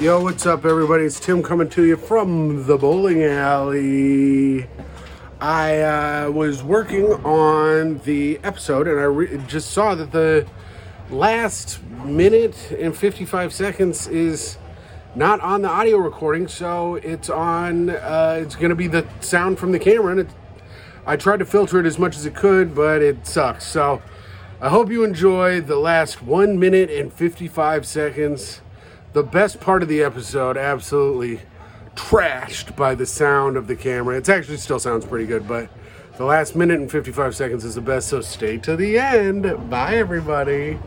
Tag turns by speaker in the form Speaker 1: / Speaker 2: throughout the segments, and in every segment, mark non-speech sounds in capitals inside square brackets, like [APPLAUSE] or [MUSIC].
Speaker 1: Yo, what's up, everybody? It's Tim coming to you from the bowling alley. I uh, was working on the episode and I re- just saw that the last minute and 55 seconds is not on the audio recording, so it's on, uh, it's going to be the sound from the camera. And it, I tried to filter it as much as it could, but it sucks. So I hope you enjoy the last one minute and 55 seconds the best part of the episode absolutely trashed by the sound of the camera. It actually still sounds pretty good, but the last minute and 55 seconds is the best, so stay to the end. Bye, everybody.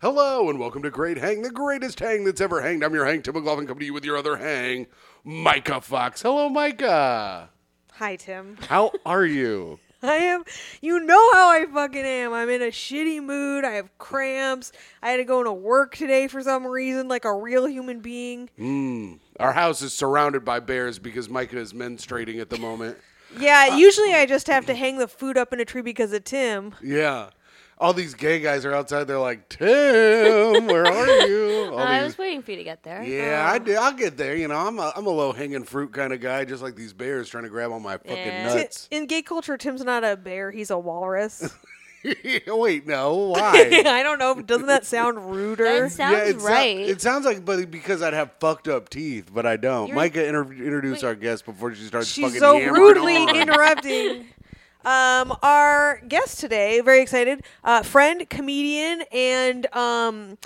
Speaker 1: Hello, and welcome to Great Hang, the greatest hang that's ever hanged. I'm your hang, Tim McLaughlin, coming to you with your other hang, Micah Fox. Hello, Micah.
Speaker 2: Hi, Tim. [LAUGHS]
Speaker 1: How are you?
Speaker 2: I am. You know how I fucking am. I'm in a shitty mood. I have cramps. I had to go into work today for some reason, like a real human being.
Speaker 1: Our house is surrounded by bears because Micah is menstruating at the moment.
Speaker 2: Yeah, usually I just have to hang the food up in a tree because of Tim.
Speaker 1: Yeah. All these gay guys are outside. They're like, Tim, where are
Speaker 3: [LAUGHS]
Speaker 1: Oh, you? All
Speaker 3: I
Speaker 1: these-
Speaker 3: was waiting for you to get there.
Speaker 1: yeah, I do. I'll get there. You know, I'm a, I'm a low hanging fruit kind of guy, just like these bears trying to grab all my fucking
Speaker 3: Yeah.
Speaker 2: Ti-
Speaker 3: [LAUGHS]
Speaker 1: nuts. [LAUGHS]
Speaker 2: In gay culture, Tim's not a bear. He's a walrus. [LAUGHS]
Speaker 1: Wait,
Speaker 3: [LAUGHS]
Speaker 1: no, why?
Speaker 2: I don't know. Doesn't that sound ruder?
Speaker 3: That sounds
Speaker 1: it, sou-
Speaker 3: right.
Speaker 1: it sounds like, but because I'd have fucked up teeth, but I don't.
Speaker 3: You're-
Speaker 1: Micah inter- introduced
Speaker 3: wait.
Speaker 1: our guest before she starts
Speaker 2: She's
Speaker 1: fucking
Speaker 2: so
Speaker 1: yammering
Speaker 2: rudely
Speaker 1: on. [LAUGHS]
Speaker 2: interrupting. Um, our guest today, very excited, uh, friend, comedian, and um,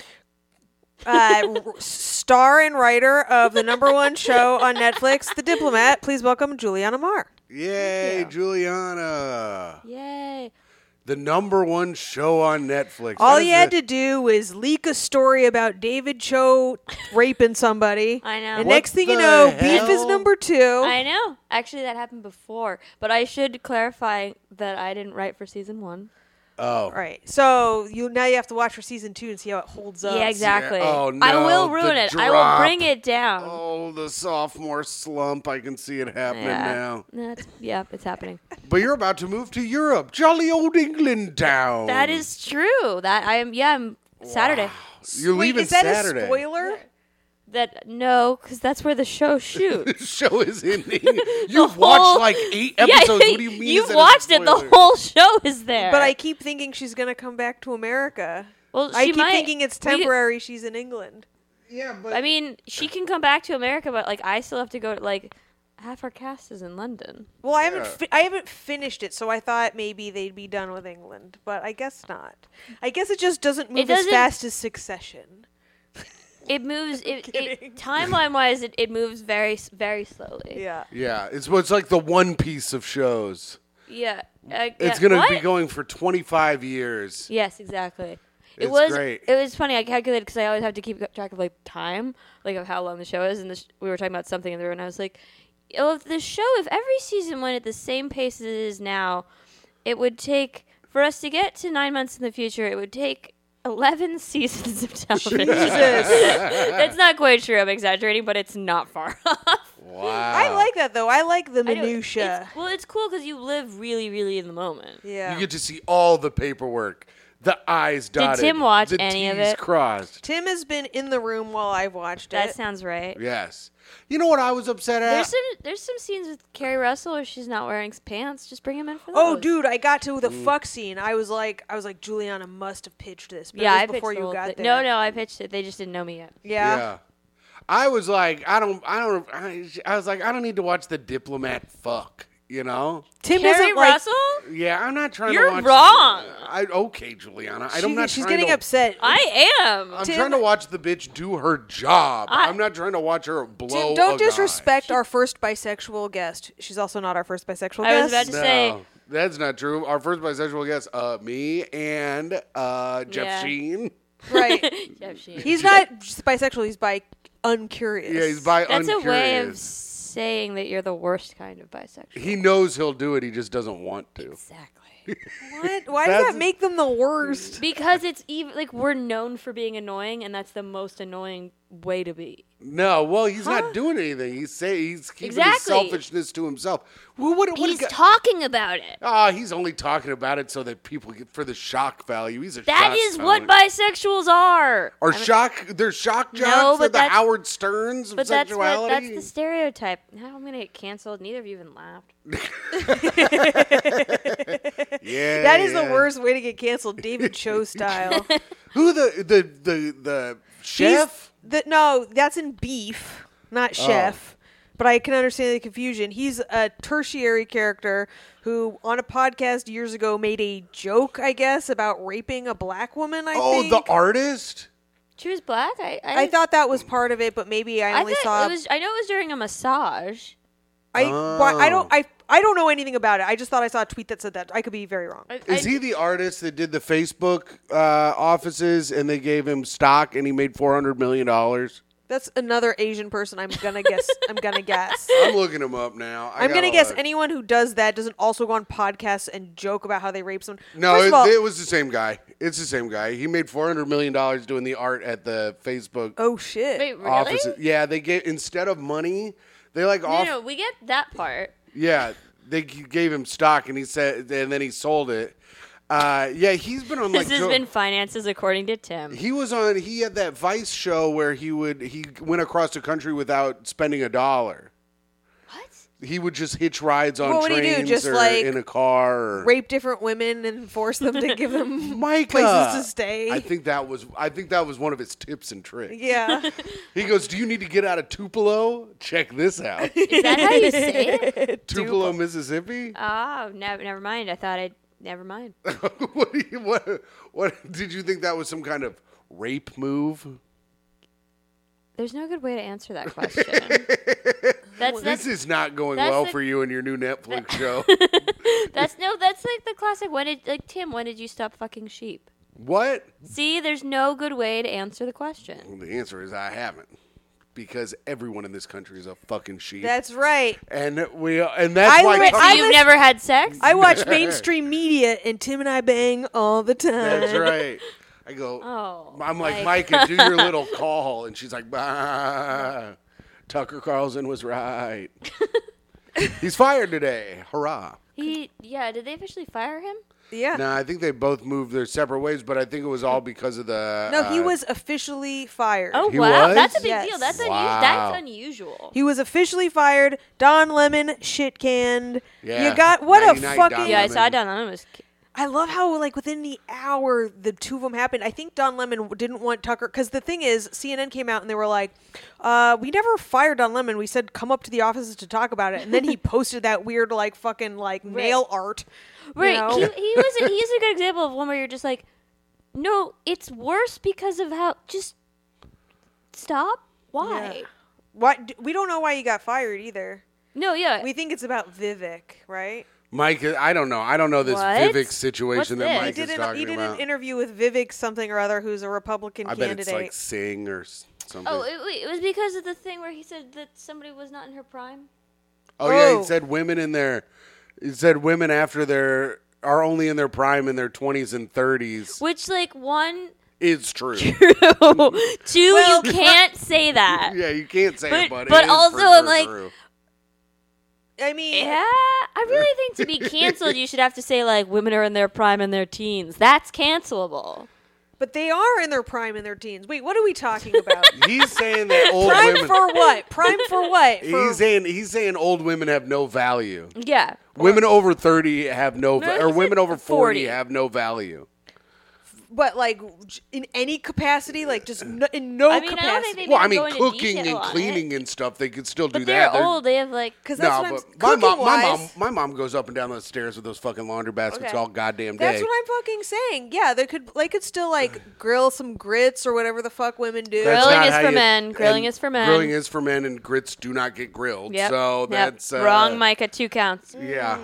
Speaker 2: uh, r- star and writer of the number one show on Netflix, The Diplomat. Please welcome Juliana Marr.
Speaker 1: Yay,
Speaker 3: Thank you.
Speaker 1: Juliana.
Speaker 3: Yay.
Speaker 1: The number one show on Netflix.
Speaker 2: All
Speaker 1: That
Speaker 2: you
Speaker 1: is
Speaker 2: had
Speaker 1: the-
Speaker 2: to do was leak a story about David Cho raping somebody.
Speaker 3: [LAUGHS] I know.
Speaker 2: And
Speaker 3: What
Speaker 2: next thing you
Speaker 1: the
Speaker 2: know, beef is
Speaker 1: hell?
Speaker 2: number
Speaker 1: Oh.
Speaker 2: two.
Speaker 3: I know. Actually, that happened before, but I should clarify that I didn't write for season one.
Speaker 1: Oh.
Speaker 2: All right. So you now you have to watch for season two and see how it holds up.
Speaker 3: yeah, exactly.
Speaker 1: Oh,
Speaker 3: I will
Speaker 1: no,
Speaker 3: ruin
Speaker 1: the
Speaker 3: it. I will bring
Speaker 1: drop.
Speaker 3: it down.
Speaker 1: Oh, the sophomore slump. I can see it happening
Speaker 3: yeah.
Speaker 1: now.
Speaker 3: That's, yeah,
Speaker 1: [LAUGHS]
Speaker 3: it's happening.
Speaker 1: But you're about to move to Europe. Jolly old England town.
Speaker 3: That is true. That I am. Yeah, I'm Saturday.
Speaker 1: You're
Speaker 2: Wait,
Speaker 1: leaving
Speaker 2: is that
Speaker 1: Saturday.
Speaker 2: a spoiler?
Speaker 3: That no, because that's where the show shoots.
Speaker 1: [LAUGHS] The show is
Speaker 3: [LAUGHS]
Speaker 1: ending. You've watched
Speaker 3: whole-
Speaker 1: like eight
Speaker 3: [LAUGHS] Yeah,
Speaker 1: episodes. what do you mean? is
Speaker 3: You've
Speaker 1: that a
Speaker 3: watched it. The
Speaker 1: spoiler?
Speaker 3: whole show is there.
Speaker 2: But I keep thinking she's gonna come back to America.
Speaker 3: Well,
Speaker 2: I
Speaker 3: she
Speaker 2: keep
Speaker 3: might-
Speaker 2: thinking it's
Speaker 3: we-
Speaker 2: temporary. she's in England.
Speaker 1: Yeah, but
Speaker 3: I mean, she can come back to America, but like I still have to go to like half our cast is in London.
Speaker 2: Well, I haven't
Speaker 1: Yeah.
Speaker 2: fi- I haven't finished it, so I thought maybe they'd be done with England, but I guess not. I guess it just doesn't move
Speaker 3: doesn't-
Speaker 2: as fast as Succession.
Speaker 3: It moves
Speaker 2: [LAUGHS]
Speaker 3: it,
Speaker 2: kidding.
Speaker 3: it timeline wise it, it moves very s- very slowly.
Speaker 2: Yeah.
Speaker 1: yeah, it's it's like the one piece of shows.
Speaker 3: Yeah. Uh,
Speaker 1: It's
Speaker 3: yeah.
Speaker 1: gonna be
Speaker 3: What?
Speaker 1: going for 25 years.
Speaker 3: Yes, exactly. It
Speaker 1: It's
Speaker 3: was
Speaker 1: great.
Speaker 3: it was funny. I calculated because I always have to keep track of like time, like of how long the show is. And the sh- we were talking about something in the room, and I was like, "Oh, if the show, if every season went at the same pace as it is now, it would take for us to get to nine months in the future. It would take." 11 [LAUGHS] seasons of television. [LAUGHS] That's not quite true. I'm exaggerating, but it's not far [LAUGHS] off.
Speaker 1: Wow.
Speaker 2: I like that though. I like the
Speaker 3: I know, it's-
Speaker 2: minutia.
Speaker 3: well, it's cool because you live really, really in the moment.
Speaker 2: Yeah.
Speaker 1: You get to see all the paperwork, the I's dotted.
Speaker 3: Tim watch
Speaker 1: the
Speaker 3: any of
Speaker 1: T's
Speaker 3: it?
Speaker 1: Crossed.
Speaker 2: Tim has been in the room while I've watched
Speaker 3: That
Speaker 2: it.
Speaker 3: sounds right.
Speaker 1: Yes. You know what I was upset at?
Speaker 3: There's some there's some scenes with Carrie Russell where she's not wearing s- pants. Just bring him in for those.
Speaker 2: Oh, dude! I got to the fuck scene. I was like, I was like, Juliana must have pitched this. But it
Speaker 3: Yeah,
Speaker 2: was
Speaker 3: I pitched
Speaker 2: before
Speaker 3: the
Speaker 2: you
Speaker 3: whole
Speaker 2: got
Speaker 3: thi-
Speaker 2: there.
Speaker 3: No, no, I pitched it. They just didn't know me yet.
Speaker 2: Yeah.
Speaker 1: I was like, I don't, I don't, I, I was like, I don't need to watch the diplomat fuck, you know?
Speaker 2: Tim
Speaker 3: Carrie
Speaker 2: doesn't like
Speaker 3: Russell?
Speaker 1: Yeah, I'm not trying
Speaker 3: You're
Speaker 1: to watch.
Speaker 3: wrong.
Speaker 1: I okay, Juliana. I don't
Speaker 2: She-
Speaker 1: not.
Speaker 2: she's
Speaker 1: trying
Speaker 2: getting
Speaker 1: to-
Speaker 2: upset.
Speaker 3: I am.
Speaker 1: I'm
Speaker 2: Tim-
Speaker 1: trying to watch the bitch do her job. I,
Speaker 3: I-
Speaker 1: am not trying to watch her blow.
Speaker 2: Tim,
Speaker 1: a
Speaker 2: don't
Speaker 1: guy.
Speaker 2: disrespect our first bisexual guest. She's also not our first bisexual
Speaker 3: I
Speaker 2: guest.
Speaker 3: was about to
Speaker 1: No,
Speaker 3: say-
Speaker 1: that's not true. Our first bisexual guest, uh, me and uh, Jeff
Speaker 3: Yeah.
Speaker 1: Sheen.
Speaker 2: right.
Speaker 3: [LAUGHS] Yeah, she is.
Speaker 2: [LAUGHS] He's not just bisexual. He's bi uncurious.
Speaker 1: Yeah, he's by
Speaker 3: That's
Speaker 1: uncurious.
Speaker 3: a way of saying that you're the worst kind of bisexual.
Speaker 1: he knows he'll do it. He just doesn't want to. [LAUGHS]
Speaker 3: exactly.
Speaker 2: What? Why does
Speaker 1: That's-
Speaker 2: that make them the worst?
Speaker 3: because it's even like we're known for being annoying, and that's the most annoying way to be.
Speaker 1: No, well, he's not doing anything. He's say he's keeping his
Speaker 3: Exactly.
Speaker 1: selfishness to himself. Well, what, what
Speaker 3: He's
Speaker 1: a guy-
Speaker 3: talking about it.
Speaker 1: Ah, he's only talking about it so that people get for the shock value. He's a
Speaker 3: That
Speaker 1: shock
Speaker 3: is what
Speaker 1: value.
Speaker 3: bisexuals are.
Speaker 1: Are shock? They're shock jocks.
Speaker 3: No,
Speaker 1: they're
Speaker 3: but
Speaker 1: the
Speaker 3: that's-
Speaker 1: Howard Sterns of
Speaker 3: But that's what,
Speaker 1: sexuality.
Speaker 3: that's the stereotype. Now I'm gonna get canceled. Neither of you even laughed. [LAUGHS]
Speaker 1: yeah,
Speaker 2: That is the
Speaker 1: yeah.
Speaker 2: worst way to get canceled,
Speaker 1: [LAUGHS]
Speaker 2: David Cho style.
Speaker 1: Who the the the the chef?
Speaker 2: He's- The, no, that's in beef, not
Speaker 1: Oh.
Speaker 2: chef. But I can understand the confusion. He's a tertiary character who, on a podcast years ago, made a joke, I guess, about raping a black woman. I
Speaker 1: oh,
Speaker 2: think.
Speaker 1: the artist.
Speaker 3: She was black. I I,
Speaker 2: I thought that was part of it, but maybe I
Speaker 3: I
Speaker 2: only
Speaker 3: thought
Speaker 2: saw.
Speaker 3: it was. I know it was during a massage.
Speaker 2: I why- I don't I I don't know anything about it. I just thought I saw a tweet that said that. I could be very wrong.
Speaker 3: I,
Speaker 1: Is
Speaker 3: I-
Speaker 1: he the artist that did the Facebook uh, offices and they gave him stock and he made four hundred million dollars?
Speaker 2: That's another Asian person. I'm gonna guess. I'm gonna guess.
Speaker 1: I'm looking him up now. I
Speaker 2: [LAUGHS] I'm gonna
Speaker 1: gotta
Speaker 2: guess
Speaker 1: look.
Speaker 2: anyone who does that doesn't also go on podcasts and joke about how they rape someone.
Speaker 1: No,
Speaker 2: First
Speaker 1: it,
Speaker 2: of all,
Speaker 1: it was the same guy. It's the same guy. He made four hundred million dollars doing the art at the Facebook
Speaker 2: oh shit.
Speaker 3: Wait, really?
Speaker 1: office. Yeah, they gave instead of money, they like
Speaker 3: No,
Speaker 1: off.
Speaker 3: no, we get
Speaker 2: [LAUGHS]
Speaker 3: that part.
Speaker 1: Yeah, they g- gave him stock, and he said, and then he sold it. Uh, yeah, he's been on like.
Speaker 3: This has
Speaker 1: Joe-
Speaker 3: been finances according to
Speaker 2: [LAUGHS]
Speaker 3: Tim.
Speaker 1: he was on. He had that Vice show where he would he went across the country without spending a dollar.
Speaker 3: What?
Speaker 1: He would just hitch rides on
Speaker 2: What would he do?
Speaker 1: trains
Speaker 2: Just,
Speaker 1: or
Speaker 2: like,
Speaker 1: in a car. Or...
Speaker 2: rape different women and force them to give [LAUGHS] them
Speaker 1: Micah,
Speaker 2: places to stay.
Speaker 1: I think that was I think that was one of his tips and tricks.
Speaker 2: [LAUGHS] yeah.
Speaker 1: He goes, "Do you need to get out of Tupelo? Check this out,
Speaker 2: [LAUGHS]
Speaker 3: Is that how you say it?
Speaker 1: Tupelo, Mississippi."
Speaker 2: Uh.
Speaker 3: Oh, no, never mind. I thought I'd. Never mind.
Speaker 1: [LAUGHS] what, do you, what? What did you think that was? Some kind of rape move?
Speaker 3: There's no good way to answer that
Speaker 2: [LAUGHS]
Speaker 3: question. that's
Speaker 1: This
Speaker 3: that's,
Speaker 1: is not going
Speaker 3: that's
Speaker 1: well
Speaker 3: the-
Speaker 1: for you and your new
Speaker 2: [LAUGHS]
Speaker 1: Netflix show.
Speaker 3: that's [LAUGHS] no that's like the classic. When did like Tim? When did you stop fucking sheep?
Speaker 1: what?
Speaker 3: See, there's no good way to answer the question.
Speaker 1: Well, the answer is I haven't, because everyone in this country is a fucking sheep,
Speaker 2: That's right.
Speaker 1: and we and that's
Speaker 2: I
Speaker 1: why.
Speaker 2: read-
Speaker 1: Tucker-
Speaker 2: I
Speaker 3: You've
Speaker 2: was-
Speaker 3: never had sex.
Speaker 2: I watch mainstream media and Tim and I bang all the time. [LAUGHS]
Speaker 1: that's right. I go.
Speaker 3: Oh,
Speaker 1: I'm like
Speaker 3: Mike.
Speaker 1: Micah, do
Speaker 2: [LAUGHS]
Speaker 1: your little call, and she's like, bah. Tucker Carlson was
Speaker 2: [LAUGHS]
Speaker 1: right. He's fired today. Hurrah.
Speaker 3: He, yeah. Did they officially fire him?
Speaker 2: Yeah.
Speaker 1: No, I think they both moved their separate ways, but I think it was all because of the.
Speaker 2: No, he
Speaker 1: uh,
Speaker 2: was officially fired.
Speaker 3: Oh
Speaker 1: He
Speaker 3: wow,
Speaker 1: was?
Speaker 3: that's a big
Speaker 2: Yes.
Speaker 3: deal. That's
Speaker 1: Wow.
Speaker 3: unusual. That's unusual.
Speaker 2: He was officially fired. Don Lemon shit canned.
Speaker 1: Yeah.
Speaker 2: You got what a
Speaker 1: 99
Speaker 2: fucking.
Speaker 1: Don
Speaker 3: yeah, I
Speaker 1: Lemon.
Speaker 3: saw Don Lemon was.
Speaker 2: I love how like within the hour the two of them happened. I think Don Lemon w- didn't want Tucker because the thing is CNN came out and they were like, uh, "We never fired Don Lemon. We said come up to the offices to talk about it." And
Speaker 1: [LAUGHS]
Speaker 2: then he posted that weird like fucking like nail art. you
Speaker 3: Right.
Speaker 2: know?
Speaker 3: He, he was. A, he's a good example of one where you're just like, no, it's worse because of how. Just stop. Why?
Speaker 2: Yeah. Why d- we don't know why he got fired either.
Speaker 3: No. Yeah.
Speaker 2: We think it's about Vivek, right?
Speaker 1: Mike, I don't know. I don't know this
Speaker 3: What?
Speaker 1: Vivek
Speaker 3: What's
Speaker 1: situation
Speaker 3: this?
Speaker 1: that
Speaker 3: He
Speaker 1: Mike
Speaker 2: He
Speaker 1: is
Speaker 2: did an,
Speaker 1: talking
Speaker 2: he did
Speaker 1: about.
Speaker 2: an interview with Vivek something or other, who's a Republican
Speaker 1: I bet
Speaker 2: candidate.
Speaker 1: it's like Sing or s- something.
Speaker 3: Oh,
Speaker 1: Oh,
Speaker 3: it, it was because of the thing where he said that somebody was not in her prime.
Speaker 1: yeah,
Speaker 2: Oh.
Speaker 1: he said women in their. He said women after their are only in their prime in their twenties and thirties.
Speaker 3: Which, like, one,
Speaker 1: It's true.
Speaker 2: [LAUGHS]
Speaker 3: two,
Speaker 2: Well,
Speaker 3: you can't say that.
Speaker 1: [LAUGHS] yeah, you can't say it, but it
Speaker 3: But- but
Speaker 1: is
Speaker 3: also
Speaker 1: for
Speaker 3: I'm
Speaker 1: sure
Speaker 3: like- [LAUGHS]
Speaker 1: true.
Speaker 2: I mean,
Speaker 3: Yeah, I really think to be canceled, you should have to say like women are in their prime in their teens. That's cancelable.
Speaker 2: but they are in their prime in their teens. Wait, what are
Speaker 1: [LAUGHS]
Speaker 2: we talking about?
Speaker 1: he's saying that old
Speaker 2: prime
Speaker 1: women.
Speaker 2: for what? Prime
Speaker 1: [LAUGHS]
Speaker 2: for what? For-
Speaker 1: he's saying he's saying old women have no value.
Speaker 3: Yeah.
Speaker 1: Women over thirty have no,
Speaker 3: No,
Speaker 1: va-
Speaker 3: he
Speaker 1: or
Speaker 3: said
Speaker 1: women over 40
Speaker 3: 40.
Speaker 1: have no value.
Speaker 2: but like j- in any capacity, like just no, in no
Speaker 3: I mean, I
Speaker 2: capacity.
Speaker 3: don't think they
Speaker 1: Well, I
Speaker 3: didn't
Speaker 1: mean,
Speaker 3: go into
Speaker 1: cooking and
Speaker 3: detail on it.
Speaker 1: cleaning and stuff, they could still do
Speaker 3: But
Speaker 1: that.
Speaker 3: they're
Speaker 1: They're-
Speaker 3: old. They have like.
Speaker 2: because
Speaker 1: No,
Speaker 2: that's what
Speaker 1: but
Speaker 2: I'm
Speaker 1: my mom, my
Speaker 2: cooking-wise,
Speaker 1: mom, my mom goes up and down those stairs with those fucking laundry baskets
Speaker 3: Okay.
Speaker 1: all goddamn day.
Speaker 2: That's what I'm fucking saying. Yeah, they could they could
Speaker 1: [SIGHS]
Speaker 2: still like grill some grits or whatever the fuck women do.
Speaker 1: That's
Speaker 3: Grilling
Speaker 1: not
Speaker 3: is
Speaker 1: how
Speaker 3: for men. Grilling
Speaker 1: and
Speaker 3: is for men.
Speaker 1: Grilling is for men, and grits do not get grilled.
Speaker 3: Yep,
Speaker 1: So
Speaker 3: yep.
Speaker 1: that's uh,
Speaker 3: wrong, Micah. Two counts.
Speaker 1: Yeah.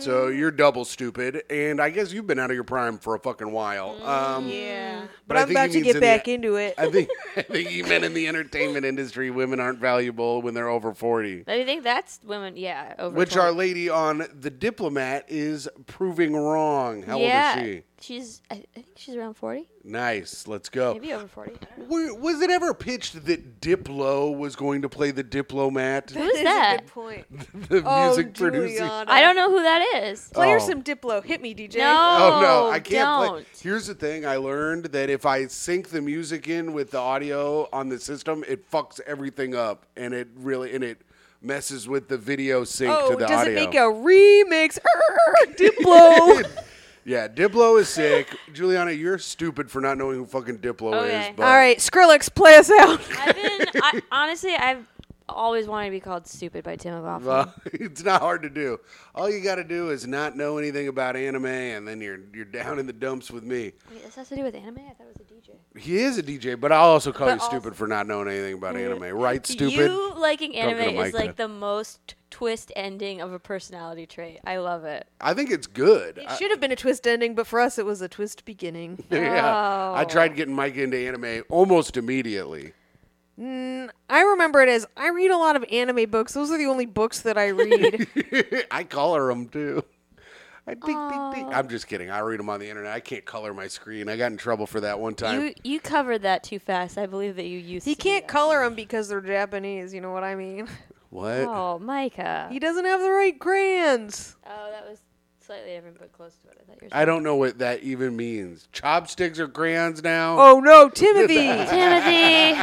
Speaker 1: So
Speaker 2: Mm-hmm.
Speaker 1: you're double stupid, and I guess you've been out of your prime for a fucking while. Um,
Speaker 2: Mm, yeah,
Speaker 1: but
Speaker 2: but,
Speaker 1: I
Speaker 2: I'm
Speaker 1: think
Speaker 2: about
Speaker 1: he
Speaker 2: to
Speaker 1: means in
Speaker 2: get back
Speaker 1: the-
Speaker 2: into it.
Speaker 1: I think [LAUGHS] I think even in the entertainment industry, women aren't valuable when they're over forty.
Speaker 3: I think that's women. Yeah. Over
Speaker 1: Which
Speaker 3: 20.
Speaker 1: our lady on the diplomat is proving wrong. How
Speaker 3: yeah.
Speaker 1: old is she?
Speaker 3: She's I, I think she's around forty,
Speaker 1: Nice. Let's go.
Speaker 3: maybe over
Speaker 1: [LAUGHS]
Speaker 3: forty. I don't know.
Speaker 1: Were, was it ever pitched that Diplo was going to play the diplomat? [LAUGHS]
Speaker 3: Who's
Speaker 2: [LAUGHS] That is
Speaker 3: that?
Speaker 2: A good point.
Speaker 1: the
Speaker 2: oh,
Speaker 1: music producing.
Speaker 2: Juliana.
Speaker 3: I don't know who that
Speaker 1: [LAUGHS]
Speaker 3: is.
Speaker 2: Play her
Speaker 1: Oh.
Speaker 2: some Diplo. Hit me, DJ.
Speaker 3: No.
Speaker 1: Oh no,
Speaker 3: Oh,
Speaker 1: I can't play.
Speaker 3: don't.
Speaker 1: Here's the thing: I learned that if I sync the music in with the audio on the system, it fucks everything up, and it really and it messes with the video sync
Speaker 2: Oh,
Speaker 1: to the
Speaker 2: does
Speaker 1: audio.
Speaker 2: it make a remix? [LAUGHS]
Speaker 1: [LAUGHS]
Speaker 2: Diplo.
Speaker 1: yeah, Diplo is sick. [LAUGHS] Juliana, you're stupid for not knowing who fucking Diplo
Speaker 3: Okay.
Speaker 1: is. But
Speaker 2: All right, Skrillex, play
Speaker 1: [LAUGHS]
Speaker 2: us out.
Speaker 3: I've been I, honestly I've always wanted to be called stupid by Tim McLaughlin.
Speaker 1: Uh, [LAUGHS] it's not hard to do. All you got to do is not know anything about anime, and then you're you're down in the dumps with me.
Speaker 3: Wait, this has to do with anime? I thought it was a DJ.
Speaker 1: He is a DJ, but I'll also call
Speaker 3: But
Speaker 1: you
Speaker 3: also-
Speaker 1: stupid for not knowing anything about anime. Right, stupid.
Speaker 3: You liking
Speaker 1: Don't get a
Speaker 3: anime
Speaker 1: mic
Speaker 3: is like
Speaker 1: then.
Speaker 3: the most twist ending of a personality trait. I love it.
Speaker 1: I think it's good.
Speaker 2: It
Speaker 1: I-
Speaker 2: should have been a twist ending, but for us, it was a twist beginning.
Speaker 1: [LAUGHS] yeah.
Speaker 2: Oh.
Speaker 1: I tried getting Mike into anime almost immediately. [LAUGHS]
Speaker 2: I remember it as I read a lot of anime books. Those are the only books that I [LAUGHS] read.
Speaker 1: I color him too. I think, I'm just kidding. I read them on the internet. I can't color my screen. I got in trouble for that one time.
Speaker 3: You you covered that too fast. I believe that you used.
Speaker 2: he
Speaker 3: to do
Speaker 2: can't
Speaker 3: that.
Speaker 2: color them because they're Japanese. You know what I mean?
Speaker 1: what?
Speaker 3: Oh, Micah.
Speaker 2: He doesn't have the right crayons.
Speaker 3: Oh, that was slightly different, but close to it. I thought
Speaker 1: [LAUGHS]
Speaker 3: you were.
Speaker 1: I don't know what that even means. Chopsticks or crayons now?
Speaker 2: Oh no, [LAUGHS] Timothy!
Speaker 3: Timothy,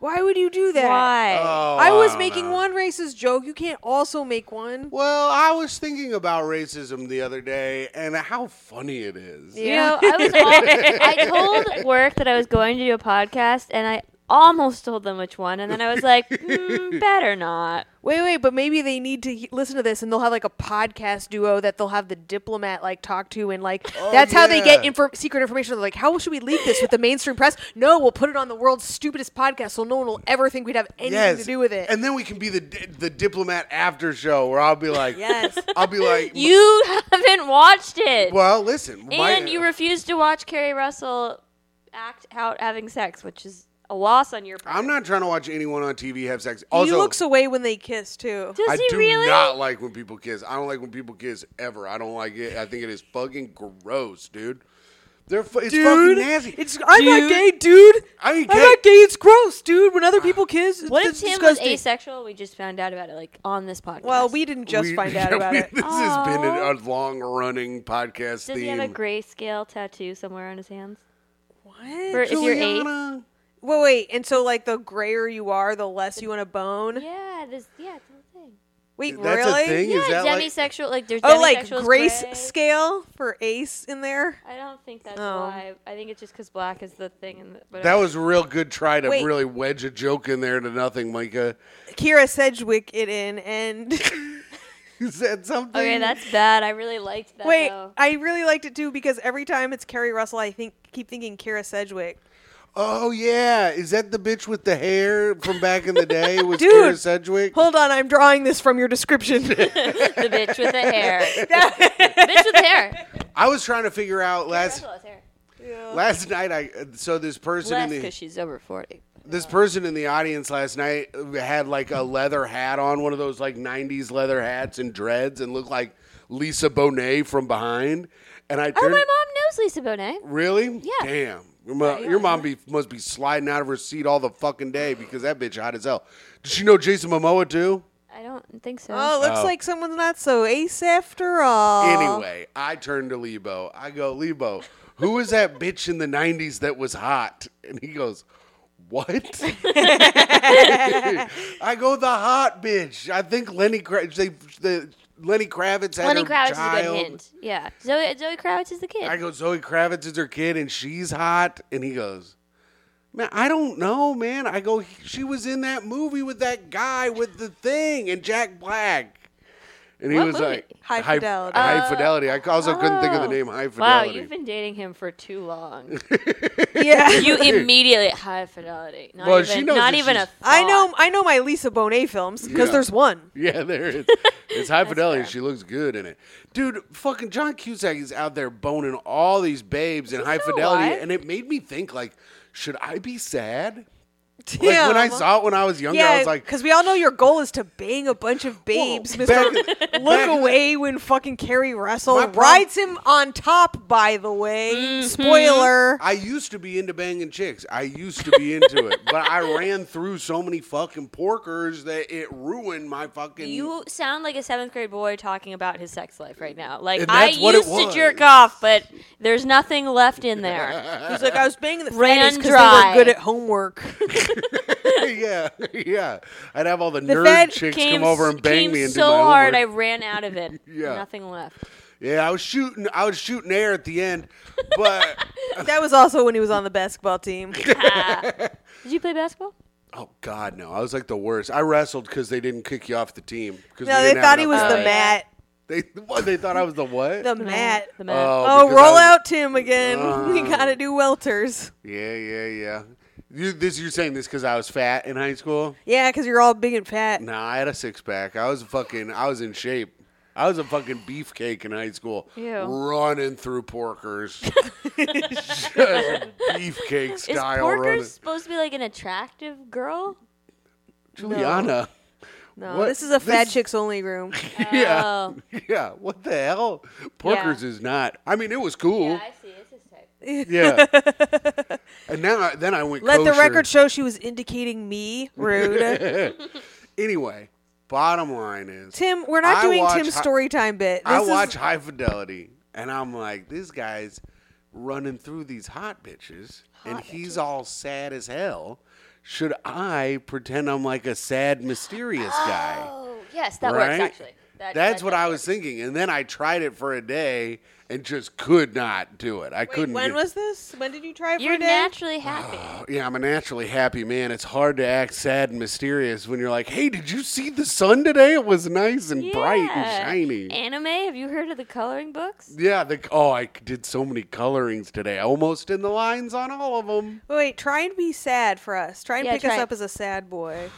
Speaker 2: Why would you do that?
Speaker 3: [LAUGHS] why?
Speaker 1: Oh,
Speaker 2: I was
Speaker 1: don't
Speaker 2: making
Speaker 1: know.
Speaker 2: one racist joke. You can't also make one.
Speaker 1: Well, I was thinking about racism the other day and how funny it is.
Speaker 3: You know, I was. All, I told work that I was going to do a podcast, and I almost told them which one, and then I
Speaker 1: [LAUGHS]
Speaker 3: was like, mm, better not.
Speaker 2: Wait, wait, but maybe they need to he- listen to this and they'll have like a podcast duo that they'll have the diplomat like talk to and like that's how they get
Speaker 1: Oh, yeah.
Speaker 2: infor- secret information. They're like, how should we leak this with the mainstream press? No, we'll put it on the world's stupidest podcast so no one will ever think we'd have anything to do with it.
Speaker 1: And then we can be the the diplomat after show where I'll be like,
Speaker 2: Yes.
Speaker 1: I'll be like,
Speaker 2: [LAUGHS]
Speaker 3: You [LAUGHS] haven't watched it.
Speaker 1: Well, listen, my-
Speaker 3: And you refused to watch Carrie Russell act out having sex, which is a loss on your part.
Speaker 1: I'm not trying to watch anyone on TV have sex. Also,
Speaker 2: he looks away when they kiss too.
Speaker 3: Does
Speaker 1: I
Speaker 3: he
Speaker 1: do
Speaker 3: really?
Speaker 1: not like when people kiss. I don't like when people kiss ever. I don't like it. I think it is fucking gross, dude. They're fu- it's fucking nasty.
Speaker 2: it's I'm
Speaker 3: Dude.
Speaker 2: not gay, dude.
Speaker 1: I ain't
Speaker 2: I'm
Speaker 1: gay. Ah.
Speaker 2: not gay. It's gross, dude. When other people kiss, it's,
Speaker 3: what if
Speaker 2: it's
Speaker 3: Tim
Speaker 2: disgusting.
Speaker 3: was asexual? We just found out about it, like on this podcast.
Speaker 2: well, we didn't just
Speaker 1: We- [LAUGHS]
Speaker 2: find out
Speaker 1: yeah,
Speaker 2: about
Speaker 1: we-
Speaker 2: it.
Speaker 1: This has been a, a long running podcast
Speaker 3: Does
Speaker 1: theme.
Speaker 3: he have a grayscale tattoo somewhere on his hands?
Speaker 2: What?
Speaker 3: For if you're eight.
Speaker 1: Juliana.
Speaker 2: Wait, wait. And so, like, the grayer you are, the less you want to bone.
Speaker 3: Yeah, this yeah, it's a thing.
Speaker 2: Wait,
Speaker 1: That's
Speaker 2: really?
Speaker 1: a thing.
Speaker 3: Yeah,
Speaker 1: is that like
Speaker 3: demisexual. Like, there's
Speaker 2: Oh, like
Speaker 3: demisexuals
Speaker 2: grace
Speaker 3: gray.
Speaker 2: scale for ace in there.
Speaker 3: I don't think that's
Speaker 2: Oh.
Speaker 3: why. I think it's just because black is the thing. And the,
Speaker 1: that
Speaker 3: whatever.
Speaker 1: was a real good try to
Speaker 2: Wait.
Speaker 1: really wedge a joke in there to nothing, Micah. [LAUGHS]
Speaker 2: Kira Sedgwick it in, and [LAUGHS]
Speaker 1: You said something.
Speaker 3: okay. That's bad. I really liked that.
Speaker 2: wait,
Speaker 3: though.
Speaker 2: I really liked it too because every time it's Carrie Russell, I think keep thinking Kira Sedgwick.
Speaker 1: Oh yeah, is that the bitch with the hair from back in the day
Speaker 3: [LAUGHS]
Speaker 1: with
Speaker 2: Dude.
Speaker 1: Kira Sedgwick?
Speaker 2: Hold on, I'm drawing this from
Speaker 1: [LAUGHS]
Speaker 2: your description. [LAUGHS]
Speaker 3: the bitch [LAUGHS] with the hair. bitch with hair.
Speaker 1: I was trying to figure out
Speaker 3: That's
Speaker 1: last
Speaker 3: what hair.
Speaker 1: [LAUGHS] last night. I so this person
Speaker 3: Less
Speaker 1: in the
Speaker 3: because she's over forty.
Speaker 1: this person in the audience last night had like a leather hat on, one of those like '90s leather hats and dreads, and looked like Lisa Bonet from behind. And I
Speaker 3: Oh, my
Speaker 1: turned,
Speaker 3: mom knows Lisa Bonet.
Speaker 1: really,
Speaker 3: Yeah.
Speaker 1: damn. Your, mo- your mom be, must be sliding out of her seat all the fucking day because that bitch hot as hell. Did she know Jason Momoa too?
Speaker 3: I don't think so.
Speaker 2: oh, looks like someone's not so ace after all.
Speaker 1: Anyway, I turn to Lebo. I go, Lebo, who was that bitch in the 90s that was hot? And he goes, what? [LAUGHS] I go, the hot bitch. I think Lenny Kravitz, they, the, Lenny Kravitz had
Speaker 3: Lenny
Speaker 1: her
Speaker 3: Kravitz is a
Speaker 1: child.
Speaker 3: good hint. Yeah, Zoe Zoe Kravitz is the kid.
Speaker 1: I go, Zoe Kravitz is her kid and she's hot. And he goes, Man, I don't know, man. I go, she was in that movie with that guy with the thing and Jack Black. And he
Speaker 3: What
Speaker 1: was
Speaker 3: movie?
Speaker 1: like,
Speaker 2: High Fidelity.
Speaker 1: High, Fidelity. I also couldn't think of the
Speaker 3: Oh.
Speaker 1: name High
Speaker 3: wow,
Speaker 1: Fidelity. [LAUGHS]
Speaker 3: you've been dating him for too [LAUGHS] long.
Speaker 2: yeah.
Speaker 3: [LAUGHS] you immediately high fidelity. Not
Speaker 1: Well,
Speaker 3: even,
Speaker 1: she knows
Speaker 3: not
Speaker 1: that
Speaker 3: even a.
Speaker 1: she's-
Speaker 2: I know
Speaker 3: thought.
Speaker 2: I know my Lisa Bonet films because
Speaker 1: Yeah.
Speaker 2: there's one.
Speaker 1: Yeah, there
Speaker 3: [LAUGHS]
Speaker 1: it is. It's high fidelity. She looks good in it, dude. Fucking John Cusack is out there boning all these babes in high
Speaker 3: still
Speaker 1: fidelity,
Speaker 3: alive?
Speaker 1: and it made me think like, should I be sad? Like
Speaker 2: [LAUGHS]
Speaker 1: when I
Speaker 2: Tim.
Speaker 1: saw it when I was younger, I was
Speaker 2: Yeah,
Speaker 1: like,
Speaker 2: because we all know your goal is to bang a bunch of babes, Mister. [LAUGHS]
Speaker 1: back in-
Speaker 2: Look away when fucking Carrie Russell
Speaker 1: My prob-
Speaker 2: rides him on top. By the way, spoiler.
Speaker 1: I used to be into banging chicks. I used to be into it, but I ran through so many fucking porkers that it ruined my fucking.
Speaker 3: You sound like a seventh grade boy talking about his sex life right now. Like
Speaker 1: And
Speaker 3: I
Speaker 1: that's what it
Speaker 3: used to
Speaker 1: was.
Speaker 3: jerk off, but there's nothing left
Speaker 1: [LAUGHS]
Speaker 3: in there.
Speaker 2: He's like, I was banging the
Speaker 3: Ran
Speaker 2: fatties because they
Speaker 3: dry.
Speaker 2: were good at homework.
Speaker 1: [LAUGHS] yeah, yeah. I'd have all the,
Speaker 2: The
Speaker 1: nerd
Speaker 2: Fed
Speaker 1: chicks
Speaker 3: came
Speaker 1: come over and bang
Speaker 3: came
Speaker 1: me and do
Speaker 3: so
Speaker 1: my
Speaker 3: hard, I
Speaker 1: homework.
Speaker 3: ran out of it.
Speaker 1: [LAUGHS] Yeah.
Speaker 3: nothing left.
Speaker 1: Yeah, I was shooting. I was shooting air at the end, but
Speaker 2: [LAUGHS] that was also when he was on the
Speaker 1: [LAUGHS]
Speaker 2: basketball team.
Speaker 3: Did you play basketball?
Speaker 1: oh god, no! I was like the worst. I wrestled because they didn't kick you off the team. 'cause
Speaker 2: No,
Speaker 1: we
Speaker 2: they
Speaker 1: didn't have
Speaker 2: thought he was
Speaker 1: enough
Speaker 2: the
Speaker 3: Oh, yeah.
Speaker 1: guys.
Speaker 2: Matt.
Speaker 1: They what, they thought I was the what?
Speaker 2: The Matt.
Speaker 3: The mat.
Speaker 1: Oh,
Speaker 2: Oh,
Speaker 1: because I Uh.
Speaker 2: roll
Speaker 1: was-
Speaker 2: out Tim again. [LAUGHS] we gotta do welters.
Speaker 1: Yeah, yeah, yeah. You, this you're saying this because I was fat in high school.
Speaker 2: Yeah, because you're all big and fat.
Speaker 1: No, I had a six pack. I was fucking. I was in shape. I was a fucking beefcake in high school,
Speaker 3: Ew.
Speaker 1: running through porkers, just beefcake
Speaker 3: Is
Speaker 1: style
Speaker 3: Porker
Speaker 1: running.
Speaker 3: supposed to be like an attractive girl?
Speaker 1: Juliana,
Speaker 2: No,
Speaker 1: What-
Speaker 2: this is a fat
Speaker 1: this-
Speaker 2: chicks only room.
Speaker 1: [LAUGHS] yeah,
Speaker 3: Oh.
Speaker 1: yeah. What the hell? Porkers is not. I mean, it was cool.
Speaker 3: see. It's his type.
Speaker 1: Yeah. and now, I- then I went.
Speaker 2: Let the
Speaker 1: kosher.
Speaker 2: record show she was indicating me.
Speaker 1: [LAUGHS]
Speaker 2: Rude.
Speaker 1: Anyway, bottom line is,
Speaker 2: Tim, we're not
Speaker 1: I
Speaker 2: doing
Speaker 1: watch
Speaker 2: Tim's
Speaker 1: hi-
Speaker 2: story time bit.
Speaker 1: I
Speaker 2: This
Speaker 1: watch
Speaker 2: Is,
Speaker 1: High Fidelity, and I'm like, this guy's running through these hot bitches, and he's all sad as hell. Should I pretend I'm like a sad, mysterious guy?
Speaker 3: Oh, yes, that
Speaker 1: right?
Speaker 3: works actually. That-
Speaker 1: That's
Speaker 3: that
Speaker 1: what
Speaker 3: does
Speaker 1: I
Speaker 3: work.
Speaker 1: was thinking, and then I tried it for a day and just could not do it. I couldn't.
Speaker 2: when
Speaker 1: do-
Speaker 2: was this? When did you try for
Speaker 3: You're
Speaker 2: a day?
Speaker 1: Ah,
Speaker 3: naturally happy.
Speaker 1: yeah, I'm a naturally happy man. It's hard to act sad and mysterious when you're like, "Hey, did you see the sun today? It was nice and bright
Speaker 3: Yeah.
Speaker 1: and shiny."
Speaker 3: Anime? Have you heard of the coloring books?
Speaker 1: Yeah, the oh, I did so many colorings today. Almost in the lines on all of them.
Speaker 2: Wait, wait, try and be sad for us. Try and
Speaker 3: Yeah,
Speaker 2: pick
Speaker 3: try
Speaker 2: us
Speaker 3: it.
Speaker 2: up as a
Speaker 1: [LAUGHS]
Speaker 2: sad boy.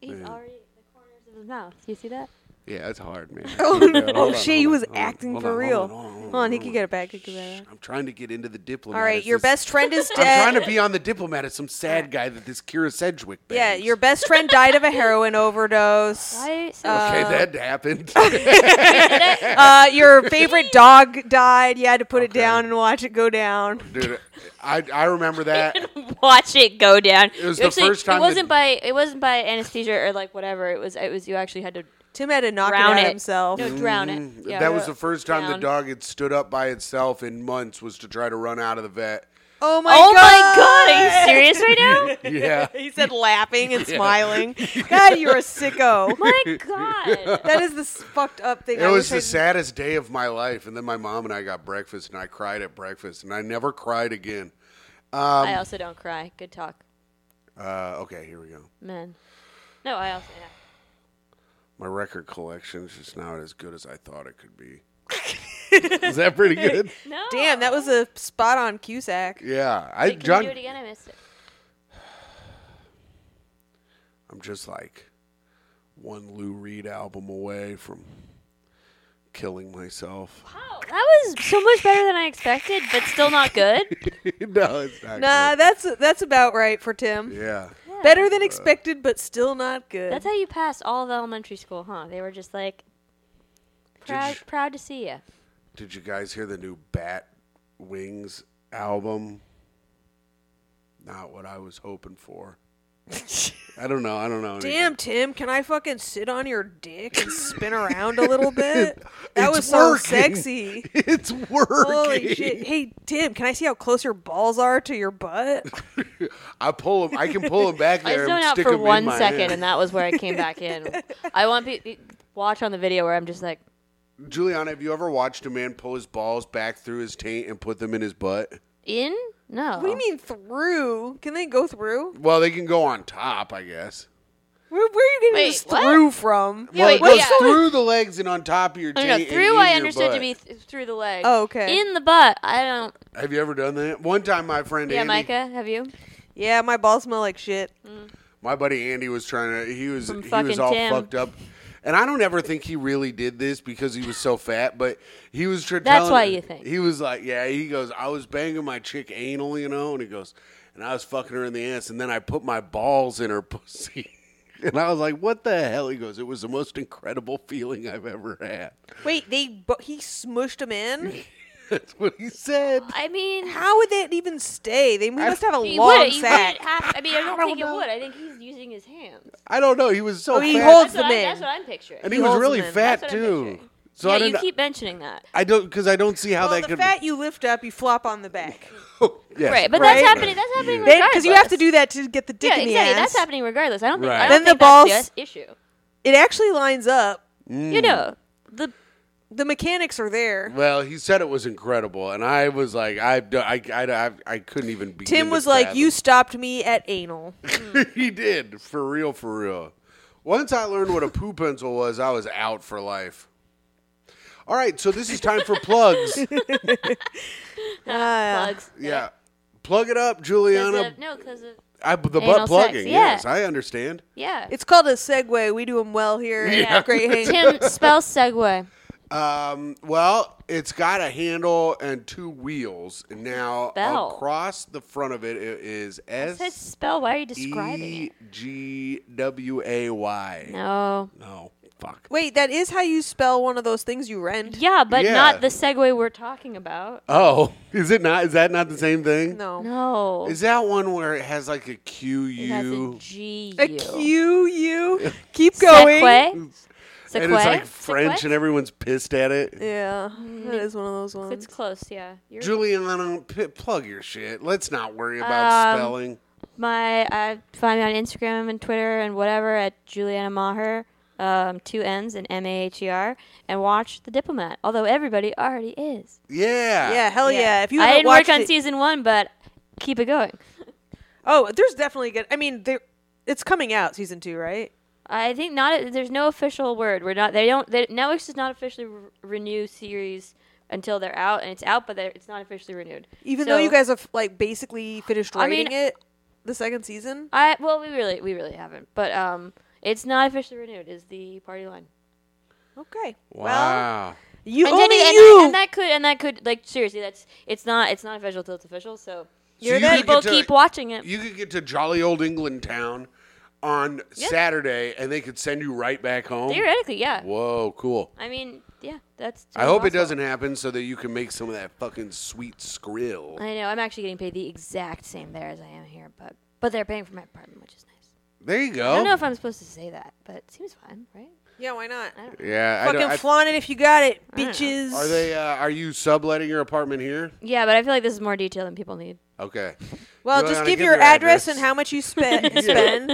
Speaker 3: He's already the corners of his mouth. You see that?
Speaker 1: Yeah, it's hard, man.
Speaker 2: [LAUGHS] oh shit, he was acting for real. Hold on, he could get it back. He could get it back.
Speaker 1: I'm trying to get into the diplomat.
Speaker 2: All right, your best friend is
Speaker 1: [LAUGHS] I'm
Speaker 2: dead.
Speaker 1: trying to be on the diplomat as some sad guy that this Kira Sedgwick. Bangs.
Speaker 2: yeah, your best friend died of a heroin
Speaker 3: [LAUGHS]
Speaker 2: overdose.
Speaker 3: Why? So
Speaker 1: Okay, that
Speaker 2: [LAUGHS]
Speaker 1: happened.
Speaker 2: Uh, your favorite dog died. You had to put it down and watch it go down.
Speaker 1: [LAUGHS] Dude, I I remember
Speaker 2: [LAUGHS]
Speaker 1: that.
Speaker 3: [LAUGHS] watch it go down.
Speaker 1: It was
Speaker 3: You
Speaker 1: the
Speaker 3: actually-
Speaker 1: first time
Speaker 3: It
Speaker 1: that-
Speaker 3: wasn't by it wasn't by anesthesia or like whatever. It was it was you actually had to
Speaker 2: Tim had to knock
Speaker 3: drown
Speaker 2: it
Speaker 3: it
Speaker 2: out himself.
Speaker 3: No, drown it.
Speaker 1: Mm,
Speaker 3: Yeah,
Speaker 1: that
Speaker 3: ro-
Speaker 1: was the first time the
Speaker 3: drown.
Speaker 1: dog had stood up by itself in months was to try to run out of the vet. [LAUGHS]
Speaker 2: Oh my
Speaker 3: Oh my
Speaker 2: god!
Speaker 3: god! Are you serious right now?
Speaker 1: Yeah.
Speaker 2: [LAUGHS] He said, laughing
Speaker 1: [LAUGHS]
Speaker 2: and smiling. God, you're a sicko.
Speaker 3: my god!
Speaker 2: That is the s- fucked up thing.
Speaker 1: It
Speaker 2: I
Speaker 1: was the
Speaker 2: wish I'd-
Speaker 1: saddest day of my life, and then my mom and I got breakfast, and I cried at breakfast, and I never cried again. Um,
Speaker 3: I also don't cry. Good talk,
Speaker 1: Uh, okay, here we go.
Speaker 3: man. No, I also. Yeah.
Speaker 1: My record collection is just not as good as I thought it could [LAUGHS] be. is that pretty good?
Speaker 3: No.
Speaker 2: Damn, that was a spot on Cusack.
Speaker 1: Yeah, I
Speaker 3: Wait, can
Speaker 1: John,
Speaker 3: you do it again? I missed it.
Speaker 1: I'm just like one Lou Reed album away from killing myself. [LAUGHS]
Speaker 3: Wow, Oh, that was so much better than I expected, but still
Speaker 1: [LAUGHS]
Speaker 3: not good.
Speaker 1: no, it's not.
Speaker 2: Nah, that's that's about right for Tim.
Speaker 1: good. Yeah.
Speaker 2: Better than expected, but still not good.
Speaker 3: That's how you passed all of elementary school, huh? They were just like proud,
Speaker 1: you-
Speaker 3: proud to see you.
Speaker 1: Did you guys hear the new Bat Wings album? Not what I was hoping
Speaker 3: [LAUGHS]
Speaker 1: for. I don't know. I don't know. anything.
Speaker 2: Damn, Tim, can I fucking sit on your dick and
Speaker 1: [LAUGHS]
Speaker 2: spin around a little bit? That
Speaker 1: It's
Speaker 2: was so
Speaker 1: working.
Speaker 2: sexy.
Speaker 1: [LAUGHS] [LAUGHS] It's working.
Speaker 2: Holy shit. Hey, Tim, can I see how close your balls are to your butt?
Speaker 1: I pull him. I can pull him back
Speaker 3: [LAUGHS] I
Speaker 1: there
Speaker 3: just went
Speaker 1: and
Speaker 3: out
Speaker 1: stick
Speaker 3: for
Speaker 1: him in
Speaker 3: one
Speaker 1: my
Speaker 3: second,
Speaker 1: hand.
Speaker 3: and that was where I came
Speaker 1: [LAUGHS]
Speaker 3: back in. I want to watch on the video where I'm just like,
Speaker 1: Juliana, have you ever watched a man pull his balls back through his taint and put them in his butt?
Speaker 3: in? No.
Speaker 1: [LAUGHS]
Speaker 2: What do you mean through? Can they go through?
Speaker 1: Well, they can go on top, I guess.
Speaker 2: Where, where are you getting
Speaker 3: Wait,
Speaker 2: this
Speaker 3: what?
Speaker 2: through from?
Speaker 3: Yeah, wait,
Speaker 1: well, it
Speaker 3: yeah.
Speaker 1: goes through the legs and on top of your
Speaker 3: No,
Speaker 1: taint.
Speaker 3: no,
Speaker 1: and
Speaker 3: through
Speaker 1: in
Speaker 3: I
Speaker 1: your
Speaker 3: understood to
Speaker 1: butt.
Speaker 3: be th- through the leg.
Speaker 2: Oh, okay.
Speaker 3: In the butt. I don't.
Speaker 1: Have you ever done that? One time, my friend
Speaker 3: Yeah,
Speaker 1: Andy,
Speaker 3: Micah, have you?
Speaker 2: Yeah, my balls smell like shit.
Speaker 1: my buddy Andy, was trying to. He was
Speaker 3: From
Speaker 1: he was
Speaker 3: fucking
Speaker 1: all
Speaker 3: Tim.
Speaker 1: fucked up, and I don't ever think he really did this because he was so fat. But he was. Tr-
Speaker 3: That's
Speaker 1: telling-
Speaker 3: why you think.
Speaker 1: he was like, yeah. He goes, I was banging my chick anal, you know, and he goes, and I was fucking her in the ass, and then I put my balls in her [LAUGHS] pussy. And I was like, "What the hell?" He goes, "It was the most incredible feeling I've ever had." [LAUGHS]
Speaker 2: Wait, they bu- he smushed him in.
Speaker 1: That's what he said.
Speaker 3: I mean,
Speaker 2: [LAUGHS] How would that even stay? They must have a
Speaker 3: you
Speaker 2: long
Speaker 3: wouldn't- you
Speaker 2: sack.
Speaker 3: wouldn't have- I mean, I don't,
Speaker 1: don't
Speaker 3: think
Speaker 1: know.
Speaker 3: it would. I think he's using his hands.
Speaker 1: I don't know. He was so
Speaker 2: Oh, he
Speaker 1: fat,
Speaker 2: holds-
Speaker 3: That's what, I,
Speaker 2: the man.
Speaker 3: that's what I'm picturing.
Speaker 1: and he,
Speaker 2: he
Speaker 1: was
Speaker 2: holds
Speaker 1: really
Speaker 2: them in.
Speaker 1: fat
Speaker 3: That's what I'm
Speaker 1: too.
Speaker 3: picturing.
Speaker 1: So I
Speaker 3: yeah,
Speaker 1: don't.
Speaker 3: you keep mentioning that.
Speaker 1: I don't because I don't see how
Speaker 2: Well,
Speaker 1: that
Speaker 2: the
Speaker 1: could.
Speaker 2: fat you lift up, you flop on
Speaker 1: [LAUGHS]
Speaker 2: the back.
Speaker 1: Yes,
Speaker 3: Right, but
Speaker 2: Right.
Speaker 3: that's happening. That's happening regardless.
Speaker 2: Because you have to do that to get the dick
Speaker 3: Yeah,
Speaker 2: in the
Speaker 3: exactly.
Speaker 2: ass.
Speaker 3: That's happening regardless. I don't think.
Speaker 1: Right.
Speaker 3: I
Speaker 2: Then
Speaker 3: don't
Speaker 2: the
Speaker 3: think that's
Speaker 2: balls- Mm.
Speaker 3: the issue.
Speaker 2: It actually lines up.
Speaker 3: You know, the
Speaker 2: The mechanics are there.
Speaker 1: Well, he said it was incredible, and I was like, I, I, I, I, I couldn't even. Begin
Speaker 2: Tim
Speaker 1: to
Speaker 2: was like,
Speaker 1: fathom.
Speaker 2: "You stopped me at anal."
Speaker 1: [LAUGHS] he did for real, for real. Once I learned what a poo pencil was, I was out for life. All right, so this is time for
Speaker 3: [LAUGHS]
Speaker 1: plugs.
Speaker 2: Uh,
Speaker 3: bugs.
Speaker 1: yeah, plug it up,
Speaker 3: 'Cause
Speaker 1: Juliana.
Speaker 3: of- no, because of
Speaker 1: I, the
Speaker 3: Anal
Speaker 1: butt
Speaker 3: sex,
Speaker 1: plugging.
Speaker 3: yeah.
Speaker 1: Yes, I understand.
Speaker 3: yeah.
Speaker 2: It's called a segue. We do them well here.
Speaker 1: [LAUGHS]
Speaker 3: Yeah.
Speaker 2: at Great Hank.
Speaker 3: Tim spell segue.
Speaker 1: Um, well, it's got a handle and two wheels. Now
Speaker 3: Spell.
Speaker 1: across the front of it it is
Speaker 3: It says
Speaker 1: S
Speaker 3: spell. Why are you describing
Speaker 1: E
Speaker 3: it?
Speaker 1: G W A Y.
Speaker 3: No.
Speaker 1: No, fuck.
Speaker 2: Wait, that is how you spell one of those things you rent.
Speaker 3: Yeah, but
Speaker 1: Yeah.
Speaker 3: not the segue we're talking about.
Speaker 1: Oh, [LAUGHS] is it not? Is that not the same thing?
Speaker 2: No.
Speaker 3: No.
Speaker 1: Is that one where it has like a Q
Speaker 3: It has
Speaker 1: U
Speaker 3: a G.
Speaker 2: A
Speaker 3: U.
Speaker 2: Q U. Keep going.
Speaker 3: Segue. Segue.
Speaker 1: and it's like
Speaker 3: Segue?
Speaker 1: French and everyone's pissed at it.
Speaker 2: Yeah, that is one of those ones.
Speaker 3: It's close. Yeah. You're
Speaker 1: Juliana, p- plug your shit. Let's not worry about
Speaker 3: Um,
Speaker 1: spelling.
Speaker 3: my uh, find me on Instagram and Twitter and whatever at Juliana Maher, um, two N's and M A H E R, and watch The Diplomat. Although everybody already is.
Speaker 1: Yeah.
Speaker 2: yeah, hell Oh, yeah. If you
Speaker 3: I
Speaker 2: haven't
Speaker 3: didn't work
Speaker 2: watched
Speaker 3: on
Speaker 2: it-
Speaker 3: season one, but keep it going.
Speaker 2: oh, there's definitely good. I mean, there, it's coming out season two, right?
Speaker 3: I think not. There's no official word. We're not. They don't. They, Netflix does not officially re- renew series until they're out, and it's out, but they're- it's not officially renewed.
Speaker 2: Even
Speaker 3: So-
Speaker 2: though you guys have like basically finished
Speaker 3: I mean-
Speaker 2: writing it, the second season.
Speaker 3: I well, we really, we really haven't. But um, it's not officially renewed. Is the party line?
Speaker 2: Okay. Well,
Speaker 1: Wow.
Speaker 2: you
Speaker 3: and,
Speaker 2: only
Speaker 3: Jenny- and,
Speaker 2: you.
Speaker 3: and that could and that could like seriously that's it's not it's not official till it's official so
Speaker 1: You're you
Speaker 3: that
Speaker 1: could
Speaker 3: people
Speaker 1: get to-
Speaker 3: keep watching it
Speaker 1: You could get to jolly old England town on Saturday and they could send you right back home.
Speaker 3: theoretically yeah
Speaker 1: Whoa, cool.
Speaker 3: i mean yeah that's
Speaker 1: I hope it
Speaker 3: possible.
Speaker 1: doesn't happen so that you can make some of that fucking sweet skrill.
Speaker 3: i know i'm actually getting paid the exact same there as i am here but but they're paying for my apartment which is nice
Speaker 1: There you
Speaker 3: i don't know
Speaker 1: go.
Speaker 3: if i'm supposed to say that but it seems fine right
Speaker 2: yeah, why not?
Speaker 1: Yeah, I
Speaker 2: Fucking
Speaker 1: don't, I,
Speaker 2: flaunt it if you got it,
Speaker 3: don't know.
Speaker 2: bitches.
Speaker 1: are they? Uh, are you subletting your apartment here?
Speaker 3: yeah but i feel like this is more detailed than people need
Speaker 1: Okay.
Speaker 2: Well,
Speaker 1: You
Speaker 2: just
Speaker 1: wanna
Speaker 2: give,
Speaker 1: give
Speaker 2: your
Speaker 1: your
Speaker 2: address,
Speaker 1: address.
Speaker 2: and how much
Speaker 1: [LAUGHS]
Speaker 2: you spend. spend.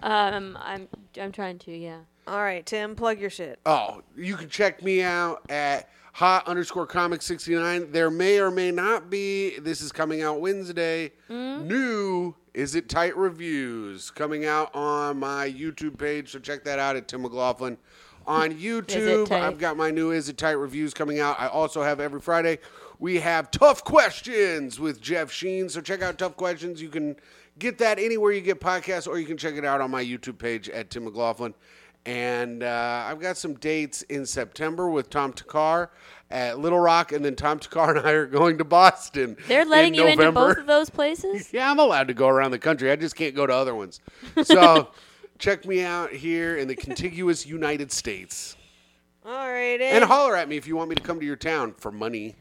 Speaker 3: um i'm i'm trying to yeah
Speaker 2: All right, Tim, plug your shit.
Speaker 1: Oh, you can check me out at hot underscore comic 69. There may or may not be, this is coming out Wednesday,
Speaker 2: Mm-hmm.
Speaker 1: new Is It Tight Reviews coming out on my YouTube page. So check that out at Tim McLaughlin.
Speaker 2: [LAUGHS]
Speaker 1: On YouTube,
Speaker 3: Tight?
Speaker 1: I've got my new Is It Tight reviews coming out. I also have every Friday, we have Tough Questions with Jeff Sheen. So check out Tough Questions. You can get that anywhere you get podcasts, or you can check it out on my YouTube page at Tim McLaughlin. And uh, I've got some dates in September with Tom Takar at Little Rock, and then Tom Takar and I are going to Boston.
Speaker 3: they're
Speaker 1: [LAUGHS]
Speaker 3: letting
Speaker 1: in
Speaker 3: you into
Speaker 1: November.
Speaker 3: both of those
Speaker 1: [LAUGHS]
Speaker 3: places
Speaker 1: Yeah, I'm allowed to go around the country. I just can't go to other ones.
Speaker 3: [LAUGHS]
Speaker 1: So check me out here in the contiguous United States.
Speaker 2: All right,
Speaker 1: And holler at me if you want me to come to your town for money.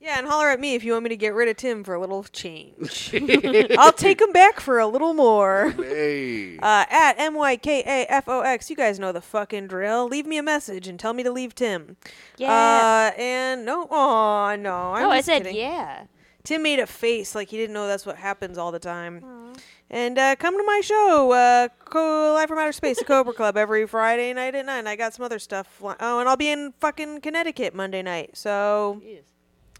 Speaker 2: yeah, and holler at me if you want me to get rid of Tim for a little change.
Speaker 1: [LAUGHS]
Speaker 2: I'll take him back for a little more.
Speaker 1: Hey.
Speaker 2: Uh, at M Y K A F O X, you guys know the fucking drill. Leave me a message and tell me to leave Tim.
Speaker 3: Yeah.
Speaker 2: Uh, and no, oh no, I'm
Speaker 3: oh i
Speaker 2: just
Speaker 3: said
Speaker 2: kidding.
Speaker 3: yeah
Speaker 2: Tim made a face like he didn't know that's what happens all the time. And uh, come to my show, uh, Co- Live from Outer Space, the Cobra Club, every Friday night at 9. I got some other stuff. fly- Oh, and I'll be in fucking Connecticut Monday night. So,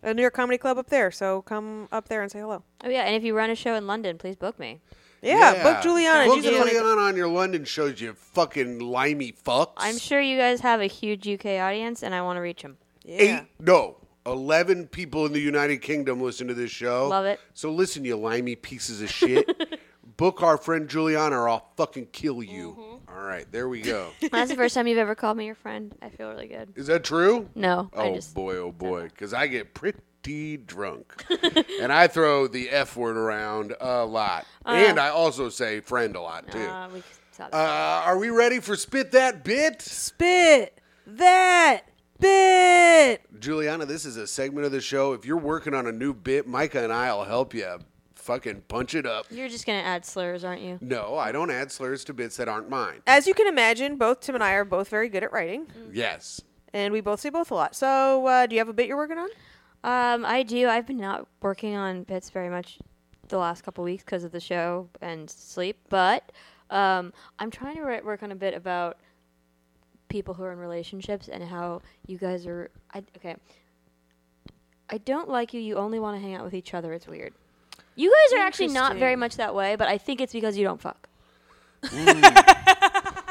Speaker 2: a New York Comedy Club up there. So, come up there and say hello.
Speaker 3: oh yeah and if you run a show in london please book me
Speaker 2: Yeah, book Juliana.
Speaker 1: Book
Speaker 2: She's a funny-
Speaker 1: Juliana on your London shows, you fucking limey fucks.
Speaker 3: I'm sure you guys have a huge UK audience, and I want to reach them.
Speaker 1: Eight,
Speaker 2: Yeah.
Speaker 1: no, 11 people in the United Kingdom listen to this show.
Speaker 3: Love it.
Speaker 1: So listen, you limey pieces of shit.
Speaker 2: [LAUGHS]
Speaker 1: Book our friend Juliana or I'll fucking kill you.
Speaker 2: Mm-hmm.
Speaker 1: All right, there we go.
Speaker 3: That's the first time you've ever called me your friend. I feel really good.
Speaker 2: [LAUGHS]
Speaker 1: Is that true?
Speaker 3: No, I
Speaker 1: Oh
Speaker 3: just
Speaker 1: boy, oh boy, because I get pretty D drunk. [LAUGHS] and I throw the F word around a lot. and I also say friend a lot, too.
Speaker 3: Uh, we saw that.
Speaker 1: Uh, are we ready for Spit That Bit?
Speaker 2: Spit that bit.
Speaker 1: Juliana, this is a segment of the show. If you're working on a new bit, Micah and I will help you fucking punch it up.
Speaker 3: You're just gonna add slurs, aren't you?
Speaker 1: No, I don't add slurs to bits that aren't mine.
Speaker 3: Uh.
Speaker 2: As you can imagine, both Tim and I are both very good at writing,
Speaker 1: Yes.
Speaker 2: and we both say both a lot. So, uh, do you have a bit you're working on?
Speaker 3: Um, I do. I've been not working on bits very much the last couple weeks because of the show and sleep, but um, I'm trying to write, work on a bit about people who are in relationships and how you guys are. I, okay. I don't like you. You only want to hang out with each other. It's weird. You guys are actually not very
Speaker 2: Interesting.
Speaker 3: much that way, but I think it's because you don't fuck.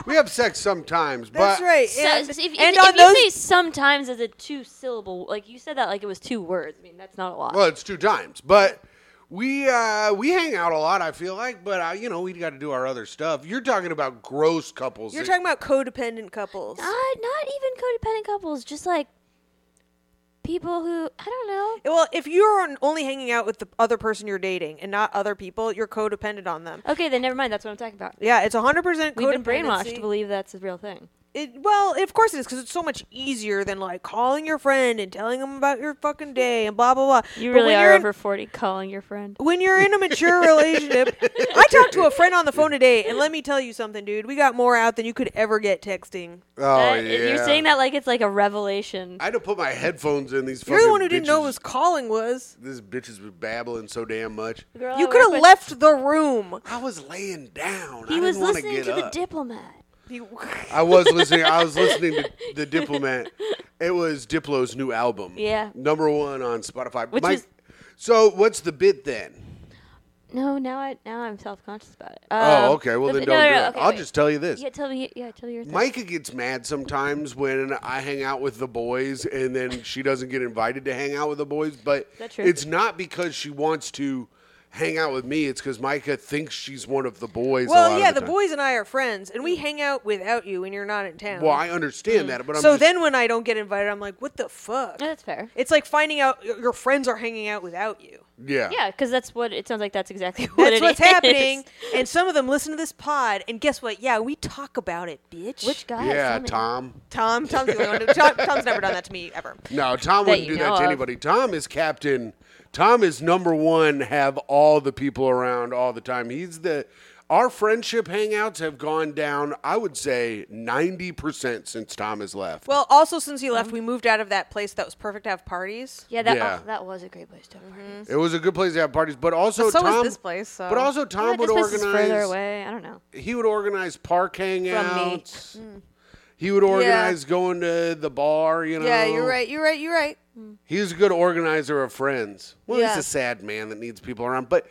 Speaker 1: We have sex sometimes,
Speaker 2: That's
Speaker 1: but
Speaker 2: right.
Speaker 3: So,
Speaker 2: And,
Speaker 3: so if, if-
Speaker 2: and
Speaker 3: if
Speaker 2: on
Speaker 3: you
Speaker 2: those,
Speaker 3: say sometimes as a two syllable, like you said that like it was two words. I mean, that's not a lot.
Speaker 1: well, it's two times. But we uh, we hang out a lot. I feel like, but uh, you know, we got to do our other stuff. You're talking about gross couples.
Speaker 2: you're
Speaker 1: that-
Speaker 2: talking about codependent couples.
Speaker 3: Uh, not even codependent couples, just like people who I don't know.
Speaker 2: Well, if you're on- only hanging out with the other person you're dating and not other people, you're codependent on them.
Speaker 3: Okay, then never mind. That's what I'm talking about.
Speaker 2: Yeah, it's 100%
Speaker 3: We've been brainwashed
Speaker 2: codependency.
Speaker 3: to believe that's a real thing.
Speaker 2: It, well, of course it is because it's so much easier than like calling your friend and telling them about your fucking day and blah blah blah.
Speaker 3: You
Speaker 2: But
Speaker 3: really
Speaker 2: when
Speaker 3: are
Speaker 2: you're in-
Speaker 3: over forty, calling your friend.
Speaker 2: when you're in a mature [LAUGHS] relationship, I talked to a friend on the phone today, and let me tell you something, dude. We got more out than you could ever get texting.
Speaker 1: oh
Speaker 3: Uh, You're saying that like it's like a revelation.
Speaker 1: I had to put my headphones in. These
Speaker 2: You're the
Speaker 1: fucking
Speaker 2: one who didn't know
Speaker 1: bitches-
Speaker 2: what was calling was.
Speaker 1: These bitches were babbling so damn much.
Speaker 3: The girl I
Speaker 2: You
Speaker 3: work
Speaker 2: could have
Speaker 3: with-
Speaker 2: left the room.
Speaker 1: I was laying down.
Speaker 3: He
Speaker 1: I
Speaker 3: was
Speaker 1: didn't want to
Speaker 3: listening
Speaker 1: get
Speaker 3: to the
Speaker 1: up.
Speaker 3: diplomat. [LAUGHS]
Speaker 2: You-
Speaker 1: I was listening. I was listening to the Diplomat. It was Diplo's new album.
Speaker 3: Yeah.
Speaker 1: number one on Spotify.
Speaker 3: Which is-
Speaker 1: so what's the bit then?
Speaker 3: No, now I now I'm self conscious about it. Um,
Speaker 1: Oh, okay. Well,
Speaker 3: the-
Speaker 1: then
Speaker 3: no,
Speaker 1: don't
Speaker 3: no,
Speaker 1: do
Speaker 3: no,
Speaker 1: it.
Speaker 3: okay,
Speaker 1: I'll
Speaker 3: wait.
Speaker 1: just tell you this.
Speaker 3: yeah. Tell me. Yeah, tell me your thing.
Speaker 1: Micah gets mad sometimes when I hang out with the boys and then she doesn't get invited to hang out with the boys, but
Speaker 3: that true?
Speaker 1: it's not because she wants to hang out with me. It's because Micah thinks she's one of the boys. a lot
Speaker 2: well,
Speaker 1: of
Speaker 2: yeah,
Speaker 1: the,
Speaker 2: the
Speaker 1: time.
Speaker 2: boys and I are friends, and we hang out without you when you're not in town.
Speaker 1: Well, I
Speaker 3: Mm-hmm.
Speaker 1: understand that, but I'm
Speaker 2: so
Speaker 1: just,
Speaker 2: then when I don't get invited, I'm like, what the fuck?
Speaker 3: No, that's fair.
Speaker 2: It's like finding out y- your friends are hanging out without you.
Speaker 1: yeah,
Speaker 3: Yeah, because that's what it sounds like. That's exactly what
Speaker 2: That's
Speaker 3: it
Speaker 2: what's
Speaker 3: is.
Speaker 2: happening. And some of them listen to this pod, and guess what? Yeah, we talk about it, bitch.
Speaker 3: [LAUGHS] Which guy?
Speaker 1: yeah,
Speaker 3: Tell me.
Speaker 1: Tom.
Speaker 2: Tom? Tom's, the only one- Tom, Tom's never done that to me ever.
Speaker 1: No, Tom
Speaker 3: That
Speaker 1: wouldn't
Speaker 3: you
Speaker 1: do that
Speaker 3: know
Speaker 1: to
Speaker 3: of.
Speaker 1: anybody. Tom is captain. Tom is number one. Have all the people around all the time. He's the. Our friendship hangouts have gone down. I would say ninety percent since Tom has left.
Speaker 2: Well, also since he left, we moved out of that place that was perfect to have parties.
Speaker 3: Yeah, that
Speaker 1: Yeah.
Speaker 3: oh, that was a great place to have parties.
Speaker 1: it was a good place to have parties, but also
Speaker 2: But so was
Speaker 1: Tom.
Speaker 2: this place, so-
Speaker 1: But also Tom
Speaker 3: Yeah,
Speaker 1: would
Speaker 3: this place is further
Speaker 1: organize.
Speaker 3: away. I don't know.
Speaker 1: He would organize park
Speaker 3: me.
Speaker 1: hangouts.
Speaker 2: Mm.
Speaker 1: He would organize going to the bar. You know.
Speaker 3: Oh.
Speaker 2: You're right. You're right.
Speaker 1: He was a good organizer of friends. Well,
Speaker 2: Yeah.
Speaker 1: he's a sad man that needs people around, but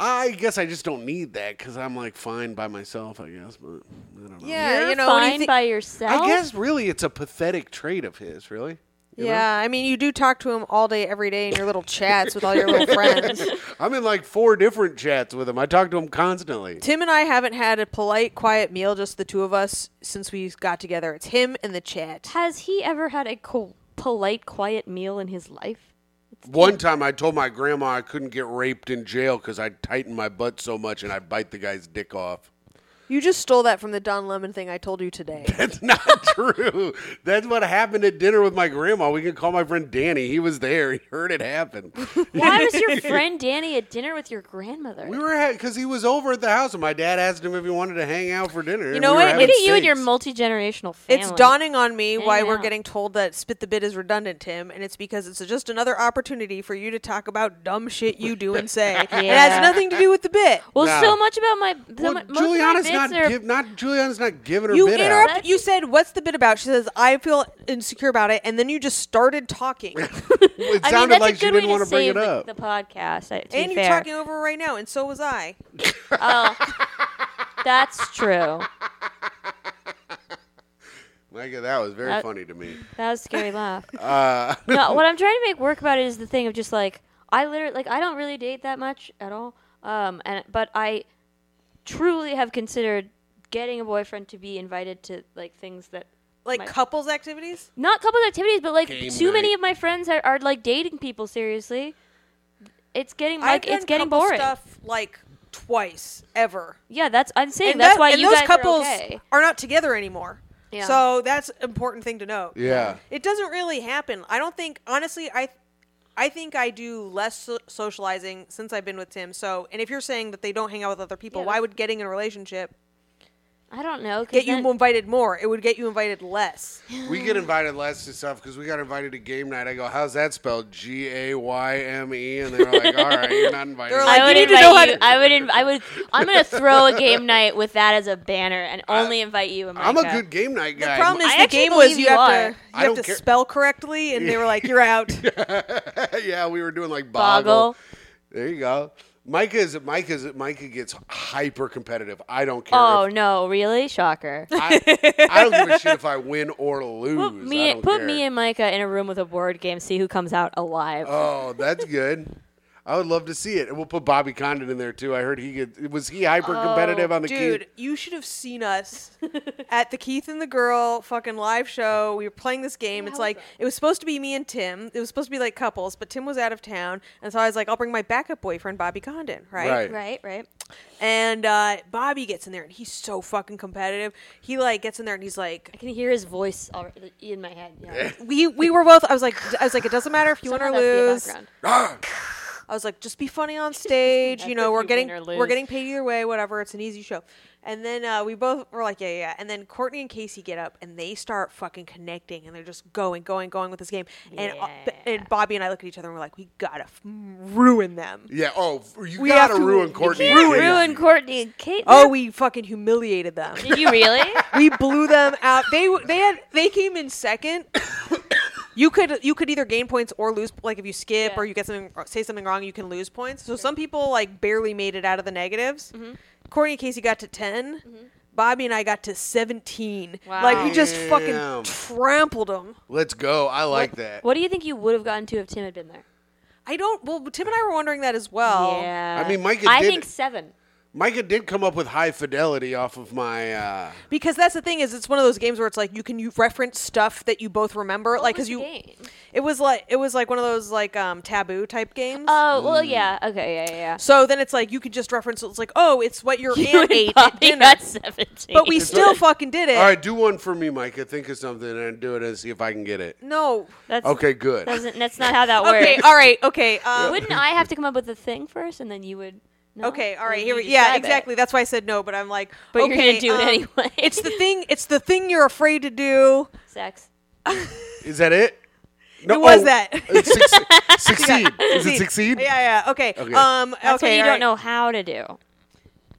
Speaker 1: I guess I just don't need that because I'm like fine by myself. I guess, but I don't know.
Speaker 2: Yeah,
Speaker 3: You're
Speaker 2: you know. when
Speaker 3: fine
Speaker 2: you thi-
Speaker 3: by yourself.
Speaker 1: I guess really it's a pathetic trait of his. Really, you know?
Speaker 2: yeah, I mean, you do talk to him all day, every day in your
Speaker 3: [LAUGHS]
Speaker 2: little chats with all your little friends.
Speaker 1: I'm in like four different chats with him. I talk to him constantly.
Speaker 2: Tim and I haven't had a polite, quiet meal, just the two of us, since we got together. It's him and the chat.
Speaker 3: Has he ever had a co- polite, quiet meal in his
Speaker 1: [LAUGHS]
Speaker 3: life?
Speaker 1: One time, I told my grandma I couldn't get raped in jail because I tightened my butt so much and I bite the guy's dick off. [LAUGHS]
Speaker 2: You just stole that from the Don Lemon thing I told you today.
Speaker 1: That's not [LAUGHS] true. That's what happened at dinner with my grandma. We can call my friend Danny. He was there. [LAUGHS] He heard it happen.
Speaker 3: [LAUGHS] Why was your friend Danny at dinner with your grandmother?
Speaker 1: We were because he was over at the house, and my dad asked him if he wanted to hang out for dinner. and
Speaker 2: know
Speaker 1: we were
Speaker 2: what?
Speaker 1: having
Speaker 3: Look at you and your
Speaker 1: steaks.
Speaker 3: multi generational family.
Speaker 2: It's dawning on me why
Speaker 3: Hang
Speaker 2: we're
Speaker 3: out.
Speaker 2: getting told that spit the bit is redundant, Tim, and it's because it's just another opportunity for you to talk about dumb shit you do and say.
Speaker 3: [LAUGHS]
Speaker 2: It
Speaker 3: Yeah.
Speaker 2: has nothing to do with the bit.
Speaker 3: Well,
Speaker 1: Nah.
Speaker 3: so much about my. So
Speaker 1: Well,
Speaker 3: mu- most of my
Speaker 1: Juliana's
Speaker 3: bits
Speaker 1: not
Speaker 3: are-
Speaker 1: give, not Juliana's not giving her
Speaker 2: You
Speaker 1: bit out.
Speaker 2: interrupt. You said, "What's the bit about?" She says, "I feel insecure about it," and then you just
Speaker 1: [LAUGHS]
Speaker 2: started talking,
Speaker 1: It
Speaker 3: I mean,
Speaker 1: sounded
Speaker 3: that's
Speaker 1: like
Speaker 3: a
Speaker 1: she
Speaker 3: good
Speaker 1: didn't
Speaker 3: way
Speaker 1: want
Speaker 3: to
Speaker 1: to bring
Speaker 3: save
Speaker 1: it
Speaker 3: the-
Speaker 1: up.
Speaker 3: the podcast. I-
Speaker 2: [LAUGHS]
Speaker 3: To
Speaker 2: and
Speaker 3: be
Speaker 2: you're
Speaker 3: fair.
Speaker 2: talking over right now, and so was I.
Speaker 3: Oh, that's [LAUGHS] true.
Speaker 1: Micah, that was very
Speaker 3: That-
Speaker 1: funny to me.
Speaker 3: That was a scary laugh.
Speaker 1: [LAUGHS] Uh,
Speaker 3: [LAUGHS] no, what I'm trying to make work about it is the thing of just like I literally like I don't really date that much at all. Um, and but I truly have considered getting a boyfriend to be invited to like things that
Speaker 2: like
Speaker 3: my-
Speaker 2: couples activities.
Speaker 3: not couples activities, but like
Speaker 1: Game
Speaker 3: too many
Speaker 1: night.
Speaker 3: of my friends are, are like dating people seriously. It's getting
Speaker 2: I've
Speaker 3: like it's
Speaker 2: done
Speaker 3: getting
Speaker 2: couple
Speaker 3: boring.
Speaker 2: Stuff like twice ever.
Speaker 3: Yeah, that's I'm saying
Speaker 2: And
Speaker 3: that's
Speaker 2: that-
Speaker 3: why
Speaker 2: and
Speaker 3: you
Speaker 2: those
Speaker 3: guys
Speaker 2: couples
Speaker 3: are okay.
Speaker 2: not together anymore.
Speaker 3: Yeah.
Speaker 2: So that's an important thing to note.
Speaker 1: Yeah.
Speaker 2: It doesn't really happen. I don't think honestly I I think I do less so- socializing since I've been with Tim. So, and if you're saying that they don't hang out with other people,
Speaker 3: Yeah,
Speaker 2: why
Speaker 3: that's-
Speaker 2: would getting in a relationship
Speaker 3: I don't know. 'cause
Speaker 2: get you
Speaker 3: then-
Speaker 2: invited more? It would get you invited less.
Speaker 1: We get invited less to stuff because we got invited to game night. I go, how's that spelled? G A Y M E, and they're like, all right, you're not invited.
Speaker 2: They're
Speaker 3: I
Speaker 2: Like,
Speaker 3: would
Speaker 2: you need to
Speaker 3: invite
Speaker 2: know how
Speaker 3: you.
Speaker 2: to-
Speaker 3: I would. Inv- I would. I'm gonna throw a [LAUGHS] game night with that as a banner and only invite you. And
Speaker 1: I'm a
Speaker 3: Micah.
Speaker 1: good game night
Speaker 2: The
Speaker 1: guy.
Speaker 2: problem is
Speaker 3: I
Speaker 2: the
Speaker 3: actually
Speaker 2: game was
Speaker 3: believe
Speaker 2: you,
Speaker 3: you
Speaker 2: have
Speaker 3: are.
Speaker 2: to
Speaker 1: I
Speaker 2: you have
Speaker 1: don't
Speaker 2: to
Speaker 1: care-
Speaker 2: spell correctly, and they
Speaker 1: [LAUGHS]
Speaker 2: were like, "You're out."
Speaker 1: [LAUGHS] yeah, we were doing like boggle.
Speaker 3: Boggle.
Speaker 1: There you go. Micah is Micah is Micah gets hyper competitive. I don't care.
Speaker 3: Oh
Speaker 1: if-
Speaker 3: no! Really? Shocker.
Speaker 1: I, I don't give a shit if I win or lose.
Speaker 3: Put
Speaker 1: I
Speaker 3: me,
Speaker 1: don't
Speaker 3: put
Speaker 1: care.
Speaker 3: me and Micah in a room with a board game. See who comes out alive.
Speaker 1: Oh, that's good. I would love to see it, and we'll put Bobby Condon in there too. I heard he get, was he hyper competitive on the
Speaker 2: Dude,
Speaker 1: key.
Speaker 2: you should have seen us at the Keith and the Girl fucking live show. We were playing this game. it's like it was supposed to be me and Tim. It was supposed to be like couples, but Tim was out of town, and so I was like, "I'll bring my backup boyfriend, Bobby Condon." Right.
Speaker 1: Right.
Speaker 3: Right. Right.
Speaker 2: And uh, Bobby gets in there, and he's so fucking competitive. He like gets in there, and he's
Speaker 3: I
Speaker 2: like.
Speaker 3: can hear his voice already in my head. Yeah.
Speaker 2: We, we were both. I was like, I was like, it doesn't matter if you win or
Speaker 3: Somehow that's the
Speaker 2: lose.
Speaker 3: background.
Speaker 2: I was like, just be funny on stage. you
Speaker 3: That's
Speaker 2: know,
Speaker 3: if
Speaker 2: we're
Speaker 3: you
Speaker 2: getting
Speaker 3: win or
Speaker 2: we're
Speaker 3: lose.
Speaker 2: getting paid either way, whatever. It's an easy show. And then uh, we both were like, yeah, yeah, yeah. And then Courtney and Casey get up and they start fucking connecting and they're just going, going, going with this game. And uh, b-
Speaker 3: Yeah.
Speaker 2: and Bobby and I look at each other and we're like, we gotta f- ruin them.
Speaker 1: Yeah. Oh, f- you
Speaker 2: We
Speaker 1: gotta
Speaker 2: have to-
Speaker 1: ruin
Speaker 2: you
Speaker 1: Courtney.
Speaker 2: can't
Speaker 1: Kane.
Speaker 3: Ruin Courtney and Kate.
Speaker 2: Oh, we fucking humiliated them.
Speaker 3: Did
Speaker 1: [LAUGHS]
Speaker 3: you really?
Speaker 2: we blew them out. They w- they had they came in second. You could you could either gain points or lose. Like if you skip
Speaker 3: Yeah.
Speaker 2: or you get something say something wrong, you can lose points. So some people like barely made it out of the negatives.
Speaker 3: Mm-hmm.
Speaker 2: Courtney and Casey got to 10 Bobby and I got to seventeen.
Speaker 3: Wow.
Speaker 2: Like we just
Speaker 1: Damn.
Speaker 2: fucking trampled them.
Speaker 1: Let's go. I like that.
Speaker 3: What do you think you would have gotten to if Tim had been there?
Speaker 2: I don't. Well, Tim and I were wondering that as well.
Speaker 3: Yeah.
Speaker 1: Oh, I mean, Micah
Speaker 3: I
Speaker 1: did-
Speaker 3: think seven.
Speaker 1: Micah did come up with high fidelity off of my. Uh,
Speaker 2: Because that's the thing is, it's one of those games where it's like you can you reference stuff that you both remember, like because you. It was like it was like one of those like um taboo type games.
Speaker 3: Oh
Speaker 1: Mm.
Speaker 3: well, yeah. Okay, yeah, yeah. yeah.
Speaker 2: So then it's like you could just reference it's like, oh, it's what
Speaker 3: [LAUGHS]
Speaker 2: your aunt ate at
Speaker 3: Bobby
Speaker 2: dinner.
Speaker 3: got seventeen.
Speaker 2: But we still fucking did it.
Speaker 1: all right, do one for me, Micah. Think of something and do it and see if I can get it.
Speaker 2: No.
Speaker 3: That's,
Speaker 1: Okay, good.
Speaker 3: Doesn't, that's not how that works.
Speaker 2: Okay, all right,
Speaker 3: [LAUGHS]
Speaker 2: okay. Um,
Speaker 3: Wouldn't I have to come up with a thing first, and then you would? No?
Speaker 2: okay, all right,
Speaker 3: Then
Speaker 2: here
Speaker 3: you
Speaker 2: we Yeah,
Speaker 3: describe it.
Speaker 2: exactly. That's why I said no, but I'm like
Speaker 3: But you're gonna
Speaker 2: okay,
Speaker 3: do it
Speaker 2: um,
Speaker 3: anyway.
Speaker 2: [LAUGHS] It's the thing it's the thing you're afraid to do.
Speaker 3: Sex.
Speaker 1: Is that it? No,
Speaker 2: It was
Speaker 1: oh, [LAUGHS]
Speaker 2: that.
Speaker 1: it's
Speaker 2: [LAUGHS]
Speaker 1: suc- succeed. Is it succeed?
Speaker 2: Yeah, yeah. Okay.
Speaker 1: Okay.
Speaker 2: Um
Speaker 3: That's
Speaker 2: okay,
Speaker 3: what you
Speaker 2: all right.
Speaker 3: don't know how to do.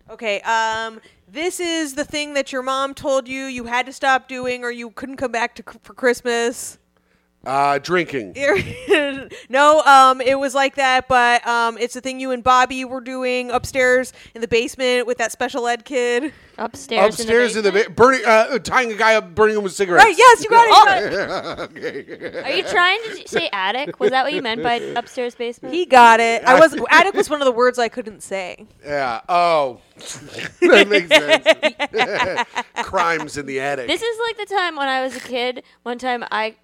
Speaker 2: Okay. Um this is the thing that your mom told you you had to stop doing or you couldn't come back to c- for Christmas.
Speaker 1: Uh, drinking.
Speaker 2: [LAUGHS] no, um, it was like that, but um, it's the thing you and Bobby were doing upstairs in the basement with that special ed kid.
Speaker 3: Upstairs.
Speaker 1: Upstairs in the,
Speaker 3: basement?
Speaker 1: ba- burning, uh, tying a guy up, burning him with cigarettes.
Speaker 2: Right?
Speaker 1: [LAUGHS]
Speaker 2: Yes, you got it. you got it.
Speaker 3: Are you trying to say attic? Was that what you meant by
Speaker 2: [LAUGHS]
Speaker 3: upstairs basement?
Speaker 2: He got it. I was attic was one of the words I couldn't say.
Speaker 1: Yeah. Oh, [LAUGHS] that makes sense.
Speaker 2: [LAUGHS]
Speaker 1: [LAUGHS] Crimes in the attic.
Speaker 3: This is like the time when I was a kid. One time I,